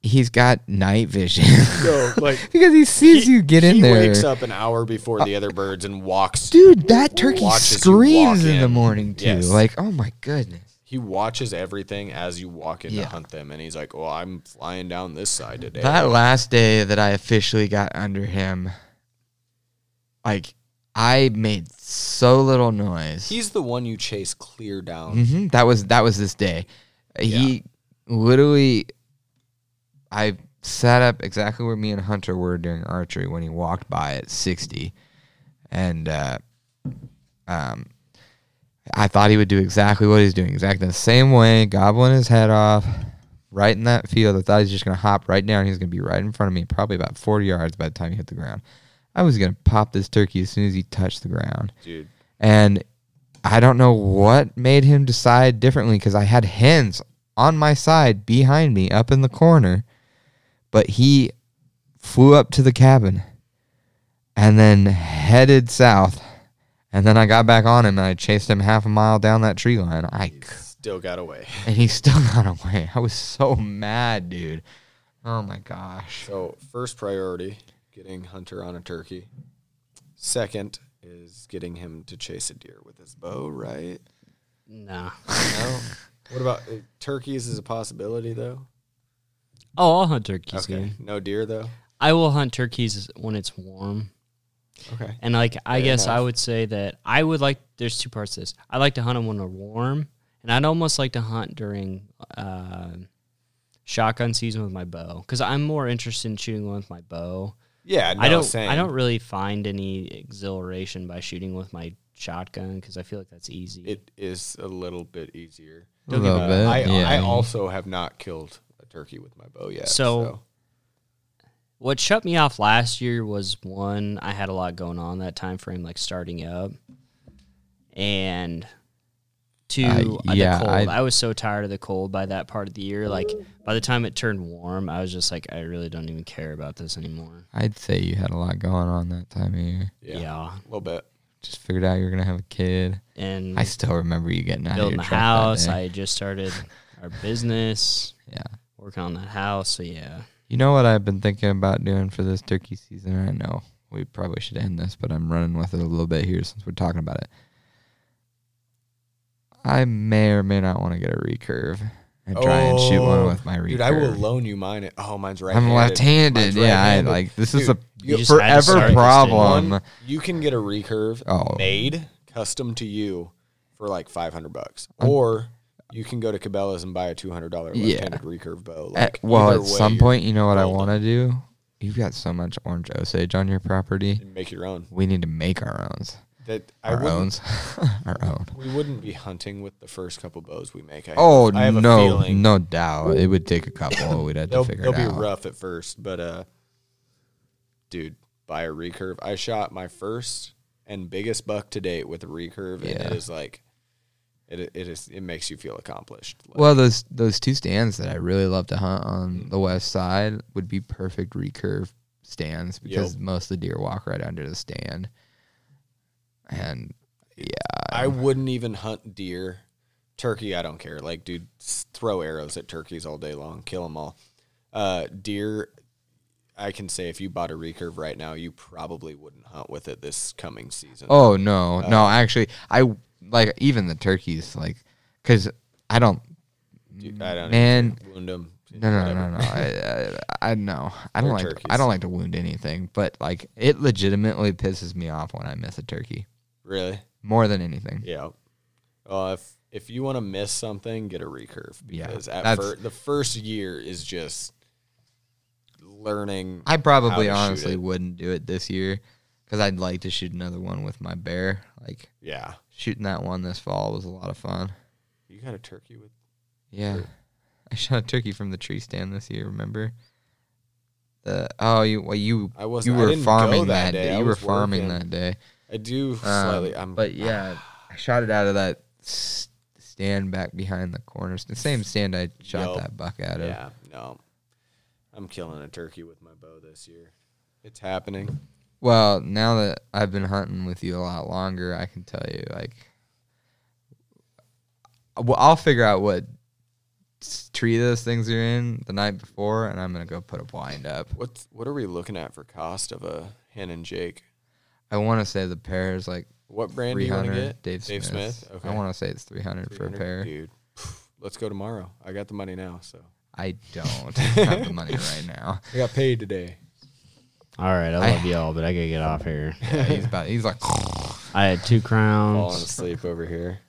he's got night vision
So like
because he sees you get in
he
there. Uh,
wakes up an hour before the other birds and walks.
Dude, that turkey
watches you
screams
walk
in the
in.
morning too.
Yes.
Like, oh my goodness.
He watches everything as you walk in
Yeah.
to hunt them, and he's like, "Well, I'm flying down this side today."
That last day that I officially got under him, like I made so little noise.
He's the one you chase clear down.
hmm That was that was this day. He literally, I sat up exactly where me and Hunter were during archery when he walked by at 60. And uh, um, I thought he would do exactly what he's doing, exactly the same way, gobbling his head off right in that field. I thought he's just going to hop right down. He's going to be right in front of me, probably about 40 yards by the time he hit the ground. I was going to pop this turkey as soon as he touched the ground.
dude.
And I don't know what made him decide differently because I had hens on my side behind me up in the corner, but he flew up to the cabin and then headed south. And then I got back on him and I chased him half a mile down that tree line. I c-
Still got away.
and he still got away. I was so mad, dude. Oh my gosh.
So first priority, getting Hunter on a turkey. Second is getting him to chase a deer with his bow, right?
Nah.
No. what about uh, turkeys? Is a possibility though.
Oh, I'll hunt turkeys.
Okay.
man.
No deer though.
I will hunt turkeys when it's warm.
Okay.
And like, I
Fair
guess I
enough.
would say that I would like. There's two parts to this. I like to hunt them when they're warm, and I'd almost like to hunt during uh, shotgun season with my bow because I'm more interested in shooting one with my bow.
Yeah. No,
I don't.
Same.
I don't really find any exhilaration by shooting with my shotgun because I feel like that's easy.
It is a little bit easier.
A little
Uh,
bit.
I,
yeah.
I also have not killed a turkey with my bow yet.
So-
So,
what shut me off last year was one I had a lot going on that time frame, like starting up, and two
Uh,
uh,
yeah,
the cold.
I-
I, was so tired of the cold by that part of the year. Like by the time it turned warm, I was just like, I really don't even care about this anymore.
I'd say you had a lot going on that time of year.
yeah,
Yeah,
a little bit.
Just figured out you were going to have a kid.
and
I still remember you getting out
Mm. building
of
the
your truck that
house.
day.
I had just started our business,
yeah.
working on that house. So yeah,
You know what I've been thinking about doing for this turkey season? I know we probably should end this, but I'm running with it a little bit here since we're talking about it. I may or may not want to get a recurve and try and shoot one
Oh,
with my recurve.
Dude, I will loan you mine. At, oh, mine's right.
I'm left-handed. yeah, I, like this is a
You just had to start
forever
this
problem.
One, you can get a recurve
Oh.
made custom to you for like 500 bucks, or you can go to Cabela's and buy a $200
Yeah.
left-handed recurve bow.
At-
Like,
Eh, well,
either
at
way,
some point, you know what I
golden.
want to do? You've got so much orange osage on your property.
you make your own.
We need to make our owns.
That I
Our
wouldn't-
owns. our own.
We wouldn't be hunting with the first couple bows we make. I
Oh
I have a
no,
feeling
no doubt. It would take a couple. We'd have to
they'll,
figure
they'll
it
be
out.
rough at first, but uh, dude, buy a recurve. I shot my first and biggest buck to date with a recurve, and it
Yeah.
is like, it it is it makes you feel accomplished. Like,
Well, those those two stands that I really love to hunt
Mm.
on the west side would be perfect recurve stands because most of the deer walk right under the stand. And
I wouldn't even hunt deer, turkey. I don't care. Like, dude, s- throw arrows at turkeys all day long, kill them all. Uh, deer. I can say if you bought a recurve right now, you probably wouldn't hunt with it this coming season.
oh no,
uh,
no, actually, I like even the turkeys, like, because I don't.
Dude, I don't
Man.
even wound them.
No, no, no, no. I, I, I no. I don't
Or
like. I
turkeys.
don't like to wound anything, but like it legitimately pisses me off when I miss a turkey
Really?
more than anything.
Yeah. Well, if if you want to miss something, get a recurve
Yeah,
because at
that's-
fir- the first year is just learning.
I probably
how to shoot
honestly
it.
wouldn't do it this year because I'd like to shoot another one with my bear. Like
yeah,
shooting that one this fall was a lot of fun.
you got a turkey with
Yeah, I shot a turkey from the tree stand this year. Remember? The oh you well you
I wasn't-
you
I
were
didn't go
farming that
that
day.
day. I
You were
was
farming
working.
that day.
I do
Um,
slightly. I'm
but yeah, I shot it out of that s- stand back behind the corners. The same stand I shot
Yup.
that buck out of.
yeah no, I'm killing a turkey with my bow this year. It's happening.
Well, now that I've been hunting with you a lot longer, I can tell you like well, I'll figure out what s- tree those things are in the night before and I'm going to go put a blind up.
What's what are we looking at for cost of a hen and Jake?
I want to say the pair is like
What brand do you want to
300
get?
Dave,
Dave
Smith.
Smith? Okay.
I want to say it's 300, for a
300?
pair.
Dude, let's go tomorrow. I got the money now, so
I don't have the money right now.
I got paid today.
all right, I love y'all, but I gotta get off here.
Yeah, he's about he's like
I had two
Falling
crowns,
asleep over here.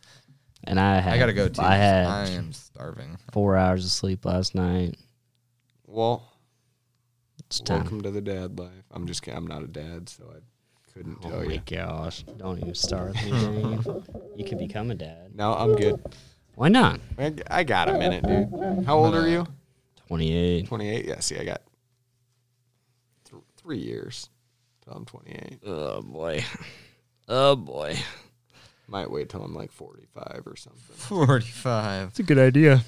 and I had
I got to go too.
I had
I am starving.
four hours of sleep last night.
Well,
It's time.
Welcome to the dad life. I'm just kidding. I'm not a dad, so I couldn't
Oh
tell
my
you.
gosh! Don't even start with me. Dave. you can become a dad.
No, I'm good.
Why not?
I, I got a minute, dude. How old are you?
Twenty-eight.
28. Yeah, see, I got th- three years till I'm 28.
Oh boy. Oh boy.
Might wait till I'm like 45 or something.
45.
It's a good idea.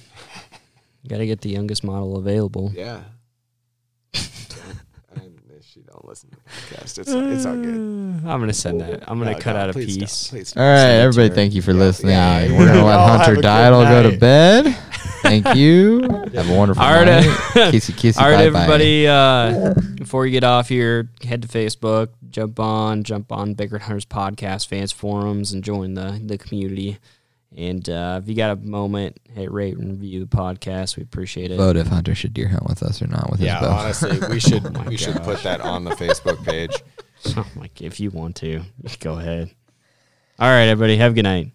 Got to get the youngest model available.
Yeah. and if she don't listen to the podcast, it's it's all good.
I'm gonna send that. uh, I'm gonna
No,
cut
no,
out a
please stop,
piece.
please stop.
All right, everybody, thank you for listening. We're gonna let
Y'all have a
Hunter
good
Dial go to
night.
bed. Thank you. Have a wonderful
All right,
night.
uh,
kissy, kissy,
All right,
bye-bye.
everybody. Uh, before you get off here, head to Facebook, jump on, jump on Bigger Hunters podcast fans forums, and join the the community. And uh, if you got a moment, hit rate and review the podcast. We appreciate it.
Vote if Hunter should deer hunt with us or not with
Yeah,
his bow.
honestly, we should we should put that on the Facebook page.
like if you want to, go ahead. All right, everybody. Have a good night.